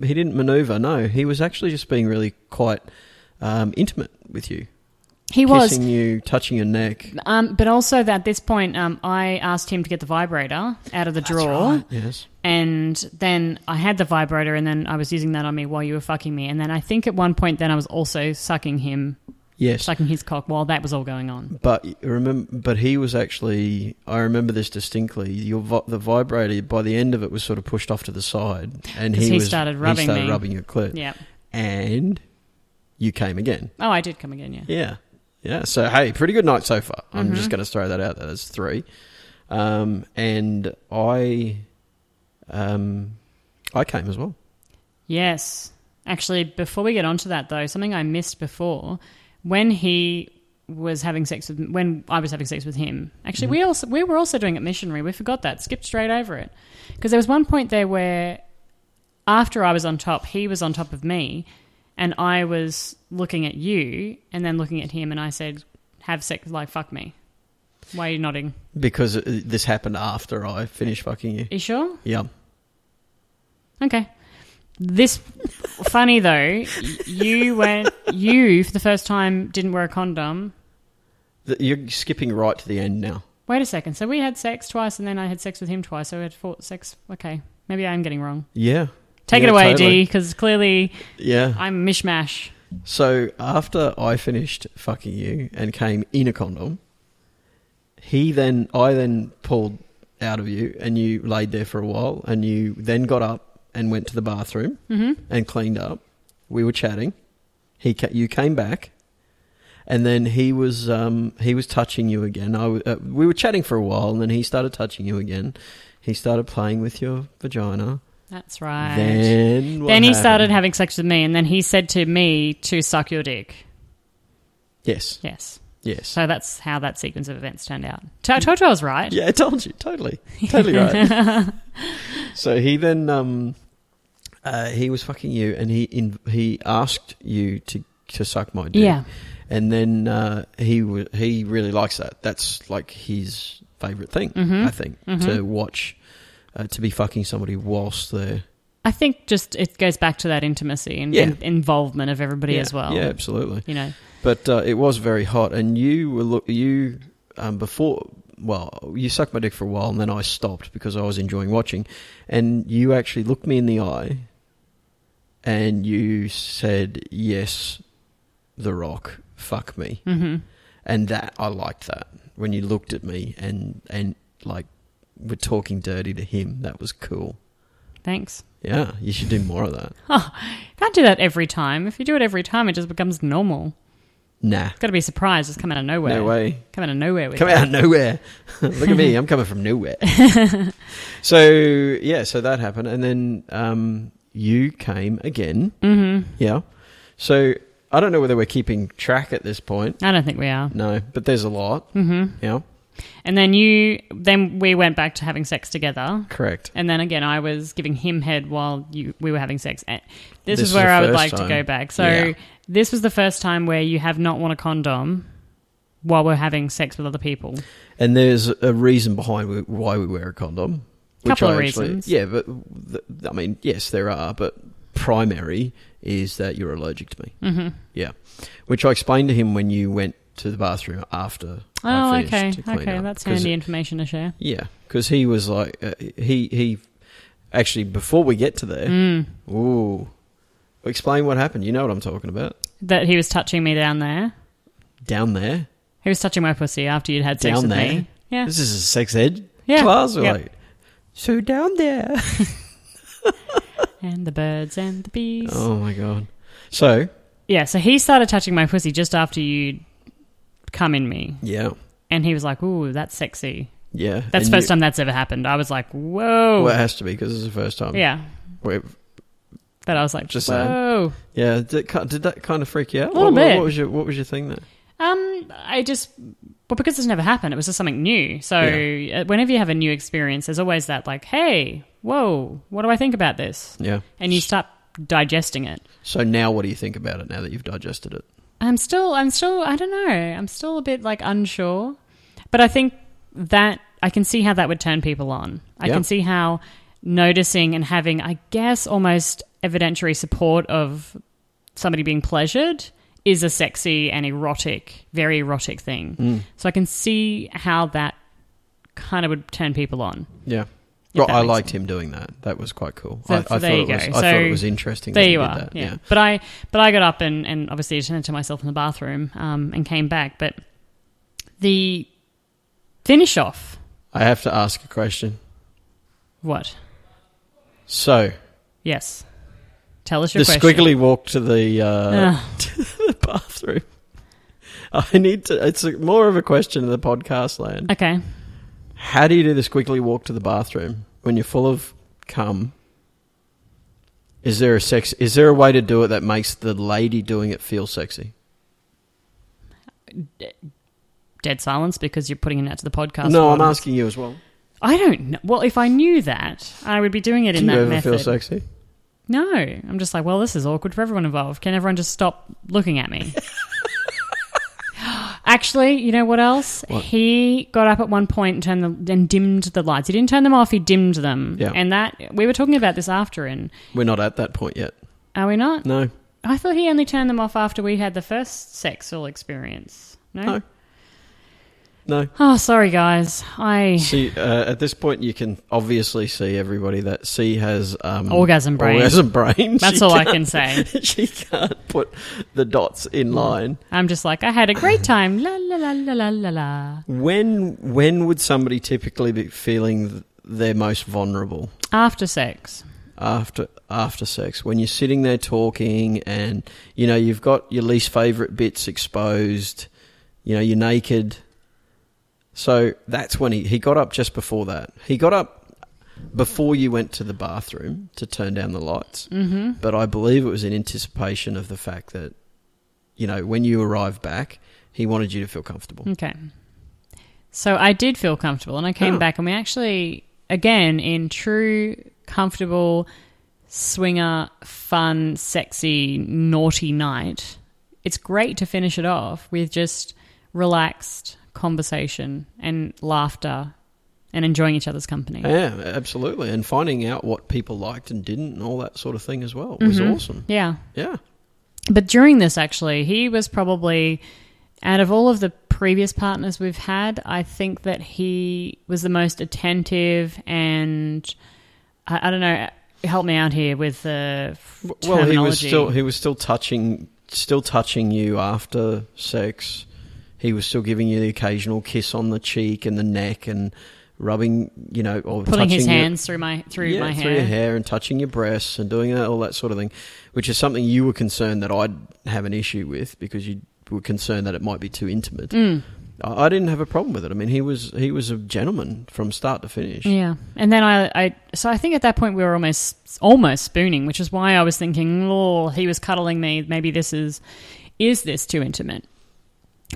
Speaker 2: He didn't maneuver. No, he was actually just being really quite um, intimate with you,
Speaker 1: He was.
Speaker 2: kissing you, touching your neck.
Speaker 1: Um, but also that at this point, um, I asked him to get the vibrator out of the drawer,
Speaker 2: Yes.
Speaker 1: and then I had the vibrator, and then I was using that on me while you were fucking me, and then I think at one point, then I was also sucking him,
Speaker 2: Yes.
Speaker 1: sucking his cock while that was all going on.
Speaker 2: But remember, but he was actually. I remember this distinctly. Your vi- the vibrator by the end of it was sort of pushed off to the side, and
Speaker 1: 'Cause
Speaker 2: he,
Speaker 1: he
Speaker 2: was,
Speaker 1: started rubbing
Speaker 2: He started
Speaker 1: me.
Speaker 2: rubbing your clit,
Speaker 1: Yeah.
Speaker 2: and you came again.
Speaker 1: Oh, I did come again. Yeah.
Speaker 2: Yeah, yeah. So hey, pretty good night so far. I'm
Speaker 1: Mm-hmm.
Speaker 2: just going to throw that out there. That's three, um, and I, um, I came as well.
Speaker 1: Yes. Actually, before we get onto that though, something I missed before when he was having sex with when I was having sex with him. Actually, we also we were also doing it missionary. We forgot that. Skipped straight over it. Because there was one point there where after I was on top, he was on top of me and I was looking at you and then looking at him and I said, "Have sex like fuck me." Why are you nodding?
Speaker 2: Because uh, this happened after I finished fucking you.
Speaker 1: You sure?
Speaker 2: Yeah.
Speaker 1: Okay. This *laughs* funny though, y- you went you for the first time didn't wear a condom.
Speaker 2: Th- You're skipping right to the end now.
Speaker 1: Wait a second. So we had sex twice, and then I had sex with him twice. So we had four sex. Okay, maybe I am getting wrong.
Speaker 2: Yeah.
Speaker 1: Take
Speaker 2: Yeah,
Speaker 1: it away,
Speaker 2: totally.
Speaker 1: D, because clearly
Speaker 2: Yeah.
Speaker 1: I'm mishmash.
Speaker 2: So after I finished fucking you and came in a condom, he then I then pulled out of you and you laid there for a while and you then got up and went to the bathroom
Speaker 1: Mm-hmm.
Speaker 2: and cleaned up. We were chatting. He ca- you came back, and then he was um, he was touching you again. I w- uh, we were chatting for a while and then he started touching you again. He started playing with your vagina.
Speaker 1: That's right. Then,
Speaker 2: Then what
Speaker 1: he
Speaker 2: happened?
Speaker 1: started having sex with me, and then he said to me to suck your dick.
Speaker 2: yes
Speaker 1: Yes.
Speaker 2: yes
Speaker 1: So that's how that sequence of events turned out. T- I told you I was right.
Speaker 2: Yeah, I told you. Totally. Totally
Speaker 1: *laughs*
Speaker 2: right. so he then um uh, he was fucking you and he in, he asked you to to suck my dick.
Speaker 1: Yeah.
Speaker 2: And then uh, he w- he really likes that. That's like his favorite thing,
Speaker 1: Mm-hmm.
Speaker 2: I think, to watch uh, to be fucking somebody whilst they're
Speaker 1: I think just it goes back to that intimacy and,
Speaker 2: Yeah.
Speaker 1: and involvement of everybody as well.
Speaker 2: Yeah, absolutely.
Speaker 1: You know.
Speaker 2: But uh, it was very hot, and you were look you um, before. Well, you sucked my dick for a while, and then I stopped because I was enjoying watching. And you actually looked me in the eye, and you said, "Yes, The Rock, fuck me,"
Speaker 1: hmm
Speaker 2: and that I liked that when you looked at me and and like we're talking dirty to him. That was cool.
Speaker 1: Thanks. Oh,
Speaker 2: Yeah, you should do more of that.
Speaker 1: Can't do that every time. If you do it every time, it just becomes normal.
Speaker 2: Nah,
Speaker 1: It's got to be a surprise. It's come out of nowhere.
Speaker 2: no way.
Speaker 1: Come out of nowhere. With
Speaker 2: Come
Speaker 1: it.
Speaker 2: out of nowhere. *laughs* Look at me, I'm coming
Speaker 1: *laughs*
Speaker 2: from nowhere. so yeah, so that happened, and then um, you came again.
Speaker 1: Mm-hmm.
Speaker 2: Yeah. So I don't know whether we're keeping track at this point.
Speaker 1: I don't think we are.
Speaker 2: No, but there's a lot.
Speaker 1: Mm-hmm.
Speaker 2: Yeah,
Speaker 1: And then you, then we went back to having sex together.
Speaker 2: correct.
Speaker 1: And then again, I was giving him head while you we were having sex. And this,
Speaker 2: This
Speaker 1: is
Speaker 2: is
Speaker 1: where
Speaker 2: the
Speaker 1: I would
Speaker 2: first
Speaker 1: like
Speaker 2: time.
Speaker 1: to go back. So
Speaker 2: Yeah.
Speaker 1: this was the first time where you have not worn a condom while we're having sex with other people.
Speaker 2: And there's a reason behind we- why we wear a condom.
Speaker 1: Couple of
Speaker 2: I actually-
Speaker 1: reasons.
Speaker 2: Yeah, but th- I mean, yes, there are, but primary is that you're allergic to me.
Speaker 1: Mm-hmm.
Speaker 2: Yeah, which I explained to him when you went to the bathroom after.
Speaker 1: Oh,
Speaker 2: I finished
Speaker 1: okay,
Speaker 2: to clean
Speaker 1: okay,
Speaker 2: up,
Speaker 1: that's
Speaker 2: 'cause
Speaker 1: handy information to share.
Speaker 2: Yeah, because he was like uh, he he actually before we get to there.
Speaker 1: Mm.
Speaker 2: Ooh, explain what happened. You know what I'm talking about
Speaker 1: That he was touching me down there.
Speaker 2: down there.
Speaker 1: He was touching my pussy after you'd had sex
Speaker 2: Down
Speaker 1: with
Speaker 2: there?
Speaker 1: me. Yeah.
Speaker 2: This is a sex ed
Speaker 1: Yeah.
Speaker 2: class, right?
Speaker 1: Yep.
Speaker 2: so down
Speaker 1: *laughs*
Speaker 2: there. *laughs*
Speaker 1: And the birds and the bees.
Speaker 2: oh my god. So
Speaker 1: Yeah, so he started touching my pussy just after you come in me.
Speaker 2: yeah,
Speaker 1: And he was like, Ooh, that's sexy.
Speaker 2: yeah.
Speaker 1: That's
Speaker 2: and
Speaker 1: the first
Speaker 2: you-
Speaker 1: time that's ever happened. I was like, Whoa.
Speaker 2: Well, it has to be because it's the first time.
Speaker 1: yeah.
Speaker 2: Wait,
Speaker 1: But I was like,
Speaker 2: Just saying.
Speaker 1: Whoa.
Speaker 2: yeah. Did, ki- did that kind of freak you out?
Speaker 1: Little
Speaker 2: what, what-
Speaker 1: bit.
Speaker 2: What was your What was your thing there?
Speaker 1: Um, I just well because it's never happened, it was just something new. So
Speaker 2: Yeah.
Speaker 1: uh whenever you have a new experience, there's always that like, Hey, whoa, what do I think about this?
Speaker 2: Yeah.
Speaker 1: And you start digesting it.
Speaker 2: So now, what do you think about it? Now that you've digested it,
Speaker 1: I'm still, I'm still, I don't know. I'm still a bit like unsure, but I think that I can see how that would turn people on. I
Speaker 2: Yeah.
Speaker 1: can see how noticing and having, I guess, almost evidentiary support of somebody being pleasured is a sexy and erotic, very erotic thing. So I can see how that kind of would turn people on.
Speaker 2: Yeah.
Speaker 1: If
Speaker 2: Well,
Speaker 1: that
Speaker 2: I
Speaker 1: makes
Speaker 2: liked him doing that. That was quite cool.
Speaker 1: So-
Speaker 2: I,
Speaker 1: so
Speaker 2: I,
Speaker 1: there
Speaker 2: thought
Speaker 1: you
Speaker 2: it was,
Speaker 1: go.
Speaker 2: I thought
Speaker 1: So
Speaker 2: it was interesting.
Speaker 1: There
Speaker 2: that he
Speaker 1: you
Speaker 2: did
Speaker 1: are.
Speaker 2: That.
Speaker 1: yeah.
Speaker 2: Yeah.
Speaker 1: But I but I got up and, and obviously attended to myself in the bathroom um, and came back. But the finish off
Speaker 2: I have to ask a question.
Speaker 1: what?
Speaker 2: So
Speaker 1: Yes. Tell us your
Speaker 2: the
Speaker 1: question. Ah.
Speaker 2: squiggly walk to the uh, *laughs*
Speaker 1: Ugh.
Speaker 2: bathroom. I need to. It's a, more of a question in the podcast land.
Speaker 1: okay.
Speaker 2: How do you do the squiggly walk to the bathroom when you're full of cum? Is there a sex? Is there a way to do it that makes the lady doing it feel sexy?
Speaker 1: Dead silence because you're putting it out to the podcast.
Speaker 2: no, I'm
Speaker 1: forum.
Speaker 2: asking you as well.
Speaker 1: I don't know. Well, if I knew that, I would be doing it
Speaker 2: Do
Speaker 1: in
Speaker 2: you
Speaker 1: that
Speaker 2: ever
Speaker 1: method.
Speaker 2: feel sexy?
Speaker 1: No, I'm just like, well, this is awkward for everyone involved. Can everyone just stop looking at
Speaker 2: *laughs*
Speaker 1: me? Actually, you know what else? He got up at one point and turned the, and dimmed the lights. He didn't turn them off; he dimmed them.
Speaker 2: Yeah.
Speaker 1: And that we were talking about this after. And
Speaker 2: We're not at that point yet.
Speaker 1: are we not?
Speaker 2: No,
Speaker 1: I thought he only turned them off after we had the first sexual experience. No.
Speaker 2: No. no.
Speaker 1: Oh, sorry, guys. I
Speaker 2: See, uh, at this point, you can obviously see everybody that C has um,
Speaker 1: Orgasm brain.
Speaker 2: Orgasm brain.
Speaker 1: That's
Speaker 2: She
Speaker 1: all I can
Speaker 2: can't-
Speaker 1: say.
Speaker 2: *laughs* she can't put the dots in line.
Speaker 1: I'm just like I had a great time. La la la la la la la.
Speaker 2: When when would somebody typically be feeling th- their most vulnerable
Speaker 1: After sex.
Speaker 2: after after sex? When you're sitting there talking, and you know you've got your least favorite bits exposed. You know you're naked. So that's when he, he got up just before that. He got up before you went to the bathroom to turn down the lights.
Speaker 1: Mm-hmm.
Speaker 2: But I believe it was in anticipation of the fact that, you know, when you arrived back, he wanted you to feel comfortable.
Speaker 1: Okay. So I did feel comfortable and I came
Speaker 2: Oh.
Speaker 1: back and we actually, again, in true, comfortable, swinger, fun, sexy, naughty night, it's great to finish it off with just relaxed conversation and laughter and enjoying each other's company.
Speaker 2: Yeah, absolutely. And finding out what people liked and didn't and all that sort of thing as well was
Speaker 1: Mhm.
Speaker 2: awesome.
Speaker 1: Yeah.
Speaker 2: Yeah.
Speaker 1: But during this, actually, he was probably out of all of the previous partners we've had. I think that he was the most attentive, and I, I don't know. Help me out here with the f-
Speaker 2: W- Well, he was
Speaker 1: terminology.
Speaker 2: still he was still touching still touching you after sex. He was still giving you the occasional kiss on the cheek and the neck and rubbing, you know, or
Speaker 1: putting his
Speaker 2: touching your-
Speaker 1: hands through my through
Speaker 2: yeah,
Speaker 1: my hair.
Speaker 2: through your hair and touching your breasts and doing that, all that sort of thing, which is something you were concerned that I'd have an issue with because you were concerned that it might be too intimate.
Speaker 1: Mm,
Speaker 2: I, I didn't have a problem with it. I mean, he was he was a gentleman from start to finish.
Speaker 1: yeah, and then I, I, so I think at that point we were almost almost spooning, which is why I was thinking, oh, he was cuddling me. Maybe this is is this too intimate?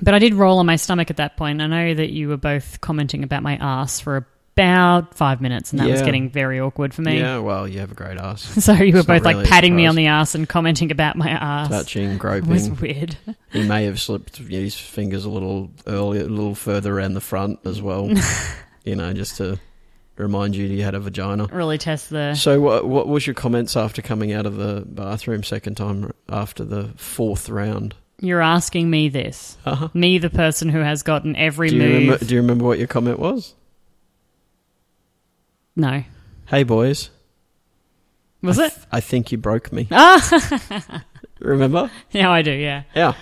Speaker 1: But I did roll on my stomach at that point. I know that you were both commenting about my ass for about five minutes, and that was
Speaker 2: Yeah.
Speaker 1: getting very awkward for me.
Speaker 2: Yeah, well, you have a great ass.
Speaker 1: *laughs* So you were
Speaker 2: It's
Speaker 1: both
Speaker 2: not
Speaker 1: like
Speaker 2: really a
Speaker 1: patting me
Speaker 2: surprise.
Speaker 1: on the ass and commenting about my ass.
Speaker 2: Touching,
Speaker 1: It was
Speaker 2: groping. *laughs*
Speaker 1: weird.
Speaker 2: He may have slipped his fingers a little earlier, a little further around the front
Speaker 1: *laughs*
Speaker 2: as well. you know, just to remind you you had a vagina.
Speaker 1: really test the.
Speaker 2: So, what, what was your comments after coming out of the bathroom second time after the fourth round?
Speaker 1: You're asking me this.
Speaker 2: Uh-huh.
Speaker 1: Me, the person who has gotten every
Speaker 2: Do you,
Speaker 1: move.
Speaker 2: remember, do you remember what your comment was?
Speaker 1: no.
Speaker 2: Hey, boys.
Speaker 1: Was
Speaker 2: I
Speaker 1: it?
Speaker 2: th- I think you broke me.
Speaker 1: Ah!
Speaker 2: *laughs* Remember?
Speaker 1: now I do, yeah.
Speaker 2: Yeah.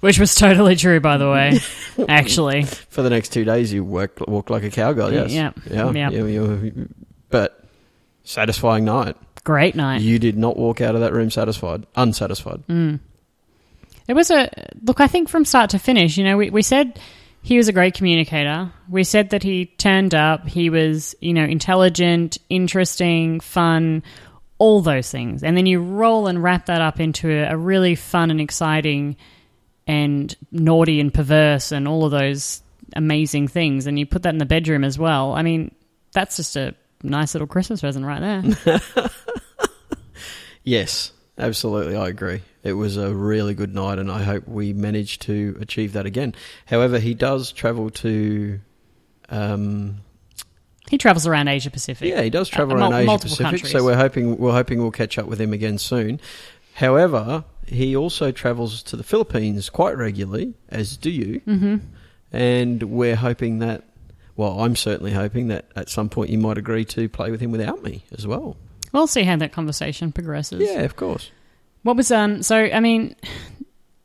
Speaker 1: Which was totally true, by the way. Actually.
Speaker 2: For the next two days, you work, walk like a cowgirl, yes.
Speaker 1: Yeah.
Speaker 2: Yeah.
Speaker 1: Yeah.
Speaker 2: You- you- but satisfying night.
Speaker 1: Great night.
Speaker 2: You did not walk out of that room satisfied, unsatisfied.
Speaker 1: Mm. It was a look, I think from start to finish, you know, we, we said he was a great communicator. We said that he turned up, he was, you know, intelligent, interesting, fun, all those things. And then you roll and wrap that up into a, a really fun and exciting and naughty and perverse and all of those amazing things. And you put that in the bedroom as well. I mean, that's just a nice little Christmas present right there.
Speaker 2: Yes. Absolutely, I agree. It was a really good night, and I hope we manage to achieve that again. However, he does travel to. Um,
Speaker 1: He travels around Asia Pacific.
Speaker 2: yeah, he does travel
Speaker 1: Uh,
Speaker 2: around
Speaker 1: mul-
Speaker 2: Asia
Speaker 1: multiple
Speaker 2: Pacific, so
Speaker 1: countries.
Speaker 2: we're hoping we're hoping we'll catch up with him again soon. However, he also travels to the Philippines quite regularly, as do you,
Speaker 1: hmm
Speaker 2: and we're hoping that. Well, I'm certainly hoping that at some point you might agree to play with him without me as well.
Speaker 1: We'll see how that conversation progresses.
Speaker 2: Yeah, of course.
Speaker 1: What was um? So I mean,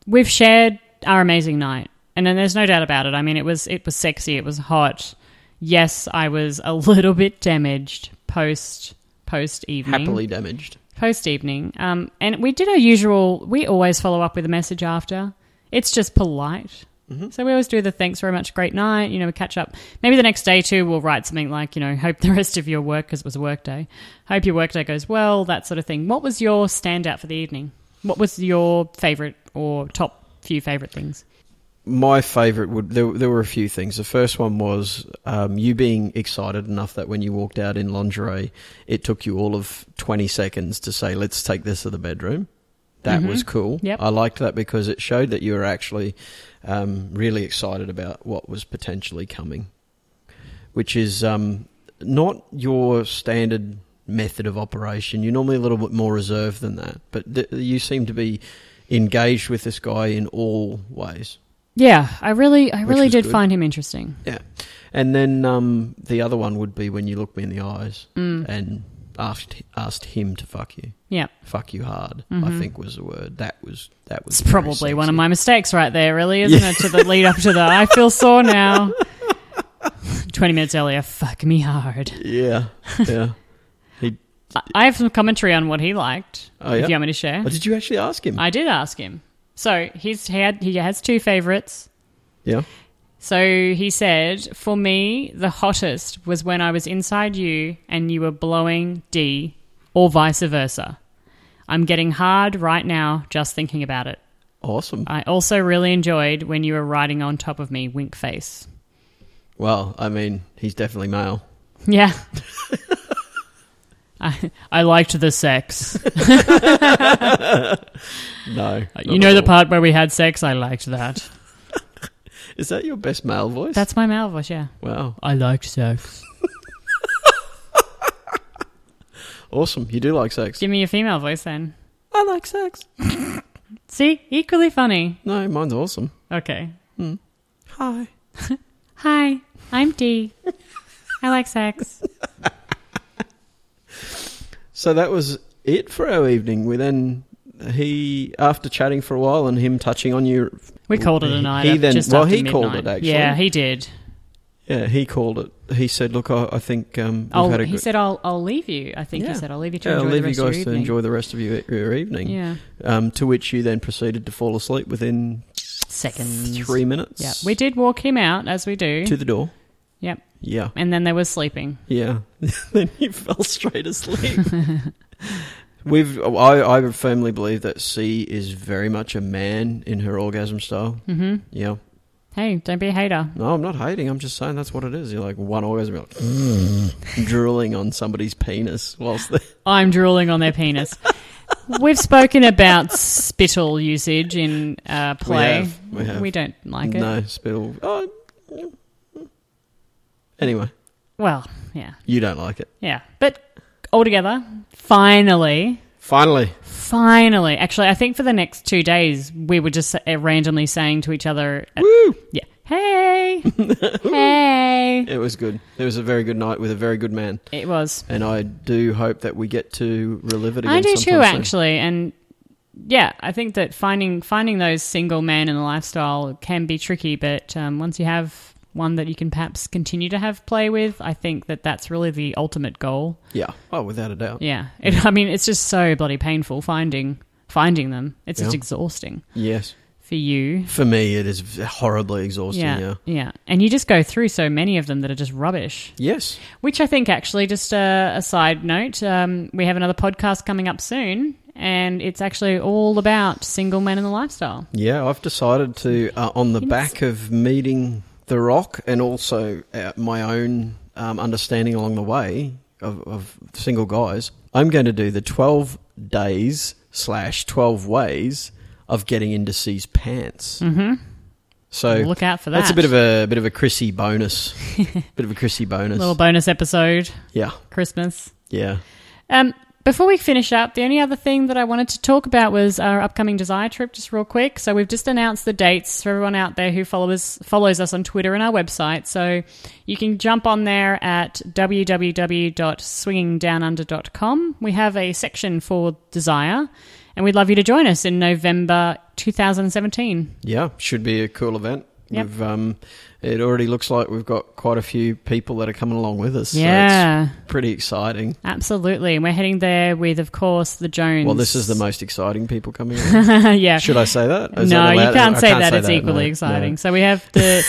Speaker 1: we've shared our amazing night, and then there's no doubt about it. I mean, it was it was sexy. It was hot. Yes, I was a *laughs* little bit damaged post post evening.
Speaker 2: Happily damaged.
Speaker 1: post evening. Um, and we did our usual. We always follow up with a message after. It's just polite.
Speaker 2: Mm-hmm.
Speaker 1: So we always do the thanks very much, great night. You know, we catch up. Maybe the next day too, we'll write something like, you know, hope the rest of your work because it was a work day. Hope your work day goes well, that sort of thing. What was your standout for the evening? What was your favorite or top few favorite things?
Speaker 2: my favorite would there, there were a few things. The first one was um, you being excited enough that when you walked out in lingerie, it took you all of twenty seconds to say, "Let's take this to the bedroom." That
Speaker 1: Mhm.
Speaker 2: was cool.
Speaker 1: Yep.
Speaker 2: I liked that because it showed that you were actually um, really excited about what was potentially coming, which is um, not your standard method of operation. You're normally a little bit more reserved than that, but th- you seem to be engaged with this guy in all ways.
Speaker 1: Yeah, I really, I
Speaker 2: Which
Speaker 1: really
Speaker 2: was
Speaker 1: did
Speaker 2: good.
Speaker 1: find him interesting.
Speaker 2: Yeah. And then um, the other one would be when you looked me in the eyes and asked asked him to fuck you.
Speaker 1: Mm. Yeah, Mm-hmm.
Speaker 2: Fuck you hard, I think was the word. That was that was
Speaker 1: It's
Speaker 2: very
Speaker 1: probably one of
Speaker 2: sexy.
Speaker 1: my mistakes right there, really, isn't it? To the lead up to the I feel sore
Speaker 2: *laughs*
Speaker 1: now. 20 minutes earlier, fuck me hard.
Speaker 2: *laughs* Yeah.
Speaker 1: *laughs*
Speaker 2: Yeah.
Speaker 1: I- I have some commentary on what he liked,
Speaker 2: Oh,
Speaker 1: if
Speaker 2: yeah?
Speaker 1: you want me to share.
Speaker 2: oh, did you actually ask him?
Speaker 1: I did ask him. So he's he, had, he has two favorites.
Speaker 2: yeah.
Speaker 1: So he said, For me, the hottest was when I was inside you and you were blowing D, or vice versa. I'm getting hard right now just thinking about it.
Speaker 2: Awesome.
Speaker 1: I also really enjoyed when you were riding on top of me, wink face.
Speaker 2: Well, I mean, he's definitely male.
Speaker 1: Yeah. *laughs* I, I liked the
Speaker 2: *laughs*
Speaker 1: sex.
Speaker 2: No.
Speaker 1: Uh, you
Speaker 2: not
Speaker 1: know
Speaker 2: at
Speaker 1: the
Speaker 2: all.
Speaker 1: part where we had sex? I liked that.
Speaker 2: Is that your best male voice?
Speaker 1: That's my male voice, yeah.
Speaker 2: wow.
Speaker 1: I liked sex.
Speaker 2: *laughs* Awesome. You do like sex.
Speaker 1: Give me your female voice then.
Speaker 2: I like sex.
Speaker 1: *laughs* See? Equally funny.
Speaker 2: No, mine's awesome.
Speaker 1: Okay.
Speaker 2: Hmm. Hi.
Speaker 1: *laughs* Hi, I'm Dee. I like sex.
Speaker 2: So that was it for our evening. We then he after chatting for a while and him touching on you.
Speaker 1: We called it a
Speaker 2: He-
Speaker 1: night.
Speaker 2: he
Speaker 1: up
Speaker 2: then-
Speaker 1: just
Speaker 2: well,
Speaker 1: after
Speaker 2: he called
Speaker 1: midnight.
Speaker 2: it, actually.
Speaker 1: Yeah, he did.
Speaker 2: Yeah, uh, he called it. He said, "Look, I, I think um, we've
Speaker 1: I'll,
Speaker 2: had a
Speaker 1: Oh, he
Speaker 2: good."
Speaker 1: said, I'll, I'll leave you. I think
Speaker 2: Yeah.
Speaker 1: he said, I'll leave you to
Speaker 2: yeah, I'll
Speaker 1: enjoy
Speaker 2: leave
Speaker 1: the
Speaker 2: you
Speaker 1: rest of your
Speaker 2: guys to
Speaker 1: evening.
Speaker 2: enjoy the rest of your, your evening.
Speaker 1: yeah.
Speaker 2: Um, to which you then proceeded to fall asleep within
Speaker 1: Seconds.
Speaker 2: three minutes.
Speaker 1: Yeah. We did walk him out, as we do.
Speaker 2: to the door.
Speaker 1: Yep.
Speaker 2: Yeah,
Speaker 1: And then there was sleeping.
Speaker 2: yeah. *laughs* then you fell
Speaker 1: *laughs*
Speaker 2: straight asleep. We've. I, I firmly believe that C is very much a man in her orgasm style.
Speaker 1: hmm
Speaker 2: Yeah.
Speaker 1: Hey, don't be a hater.
Speaker 2: No, I'm not hating. I'm just saying that's what it is. You're like one orgasm, you're like *laughs* drooling on somebody's penis whilst they
Speaker 1: I'm drooling on their penis. *laughs* We've spoken about spittle usage in uh, play.
Speaker 2: have, we have.
Speaker 1: don't
Speaker 2: *laughs*
Speaker 1: like it.
Speaker 2: no spill. Oh. mm, mm. Anyway,
Speaker 1: Well, yeah,
Speaker 2: you don't like it.
Speaker 1: yeah. But altogether, finally,
Speaker 2: Finally,
Speaker 1: finally. Actually, I think for the next two days, we were just uh, randomly saying to each other, uh,
Speaker 2: woo!
Speaker 1: "Yeah, hey,
Speaker 2: *laughs*
Speaker 1: hey."
Speaker 2: It was good. It was a very good night with a very good man,
Speaker 1: It was.
Speaker 2: and I do hope that we get to relive it again.
Speaker 1: I do too,
Speaker 2: sometime soon.
Speaker 1: actually, and yeah, I think that finding finding those single men in the lifestyle can be tricky, but um, once you have one that you can perhaps continue to have play with, I think that that's really the ultimate goal.
Speaker 2: Yeah. Oh, without a doubt.
Speaker 1: Yeah, it, I mean, it's just so bloody painful finding finding them. It's just
Speaker 2: Yeah.
Speaker 1: exhausting
Speaker 2: Yes.
Speaker 1: for you.
Speaker 2: For me, it is horribly exhausting. Yeah.
Speaker 1: Yeah, yeah, and you just go through so many of them that are just rubbish.
Speaker 2: Yes.
Speaker 1: Which I think, actually, just a, a side note, um, we have another podcast coming up soon, and it's actually all about single men in the lifestyle.
Speaker 2: Yeah, I've decided to, uh, on the
Speaker 1: Yes.
Speaker 2: back of meeting The Rock and also uh, my own um, understanding along the way of, of single guys, I'm going to do the 12 days slash twelve ways of getting into C's pants.
Speaker 1: hmm
Speaker 2: So
Speaker 1: Look out for that.
Speaker 2: that's a bit of a bit of a Chrissy
Speaker 1: *laughs*
Speaker 2: bonus, bit of a Chrissy bonus.
Speaker 1: little bonus episode,
Speaker 2: yeah,
Speaker 1: Christmas.
Speaker 2: yeah.
Speaker 1: Um, before we finish up, the only other thing that I wanted to talk about was our upcoming Desire trip, just real quick. So we've just announced the dates for everyone out there who follows follows us on Twitter and our website. So you can jump on there at www.swingingdownunder.com. We have a section for Desire, and we'd love you to join us in November 2017.
Speaker 2: Yeah, should be a cool event.
Speaker 1: Yep.
Speaker 2: We've, um, it already looks like we've got quite a few people that are coming along with us. so
Speaker 1: yeah,
Speaker 2: it's pretty exciting.
Speaker 1: absolutely. And we're heading there with, of course, the Jones.
Speaker 2: Well, this is
Speaker 1: *laughs*
Speaker 2: the most exciting people coming. along.
Speaker 1: yeah.
Speaker 2: Should I
Speaker 1: *laughs*
Speaker 2: say that? Is
Speaker 1: no,
Speaker 2: that
Speaker 1: you
Speaker 2: allowed?
Speaker 1: can't
Speaker 2: I
Speaker 1: say that. It's
Speaker 2: no,
Speaker 1: equally
Speaker 2: no.
Speaker 1: exciting. So we have
Speaker 2: *laughs*
Speaker 1: the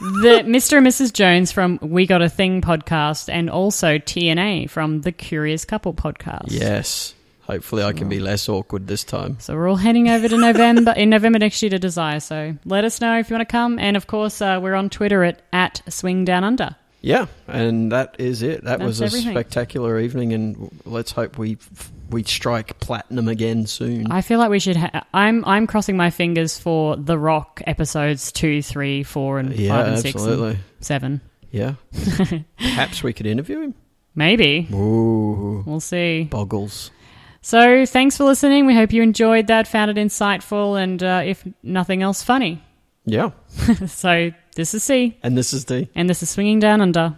Speaker 1: the Mr. and Mrs. Jones from We Got a Thing podcast, and also TNA from the Curious Couple podcast.
Speaker 2: Yes. Hopefully, I
Speaker 1: Mm.
Speaker 2: can be less awkward this time.
Speaker 1: So we're all heading over to November in November next year to Desire. So let us know if you want to come, and of course uh, we're on Twitter at at Swing Down Under.
Speaker 2: Yeah, and that is it. That was a
Speaker 1: That's everything.
Speaker 2: spectacular evening, and w- let's hope we f- we strike platinum again soon.
Speaker 1: I feel like we should. Ha- I'm I'm crossing my fingers for the Rock episodes two, three, four, and
Speaker 2: yeah,
Speaker 1: five and six, and
Speaker 2: absolutely.
Speaker 1: seven, *laughs*
Speaker 2: Yeah. Perhaps we could interview him.
Speaker 1: maybe.
Speaker 2: Ooh,
Speaker 1: We'll see.
Speaker 2: boggles.
Speaker 1: So, thanks for listening. We hope you enjoyed that, found it insightful, and uh, if nothing else, funny. *laughs*
Speaker 2: Yeah.
Speaker 1: so, this is C,
Speaker 2: And this is the
Speaker 1: and this is Swinging Down Under.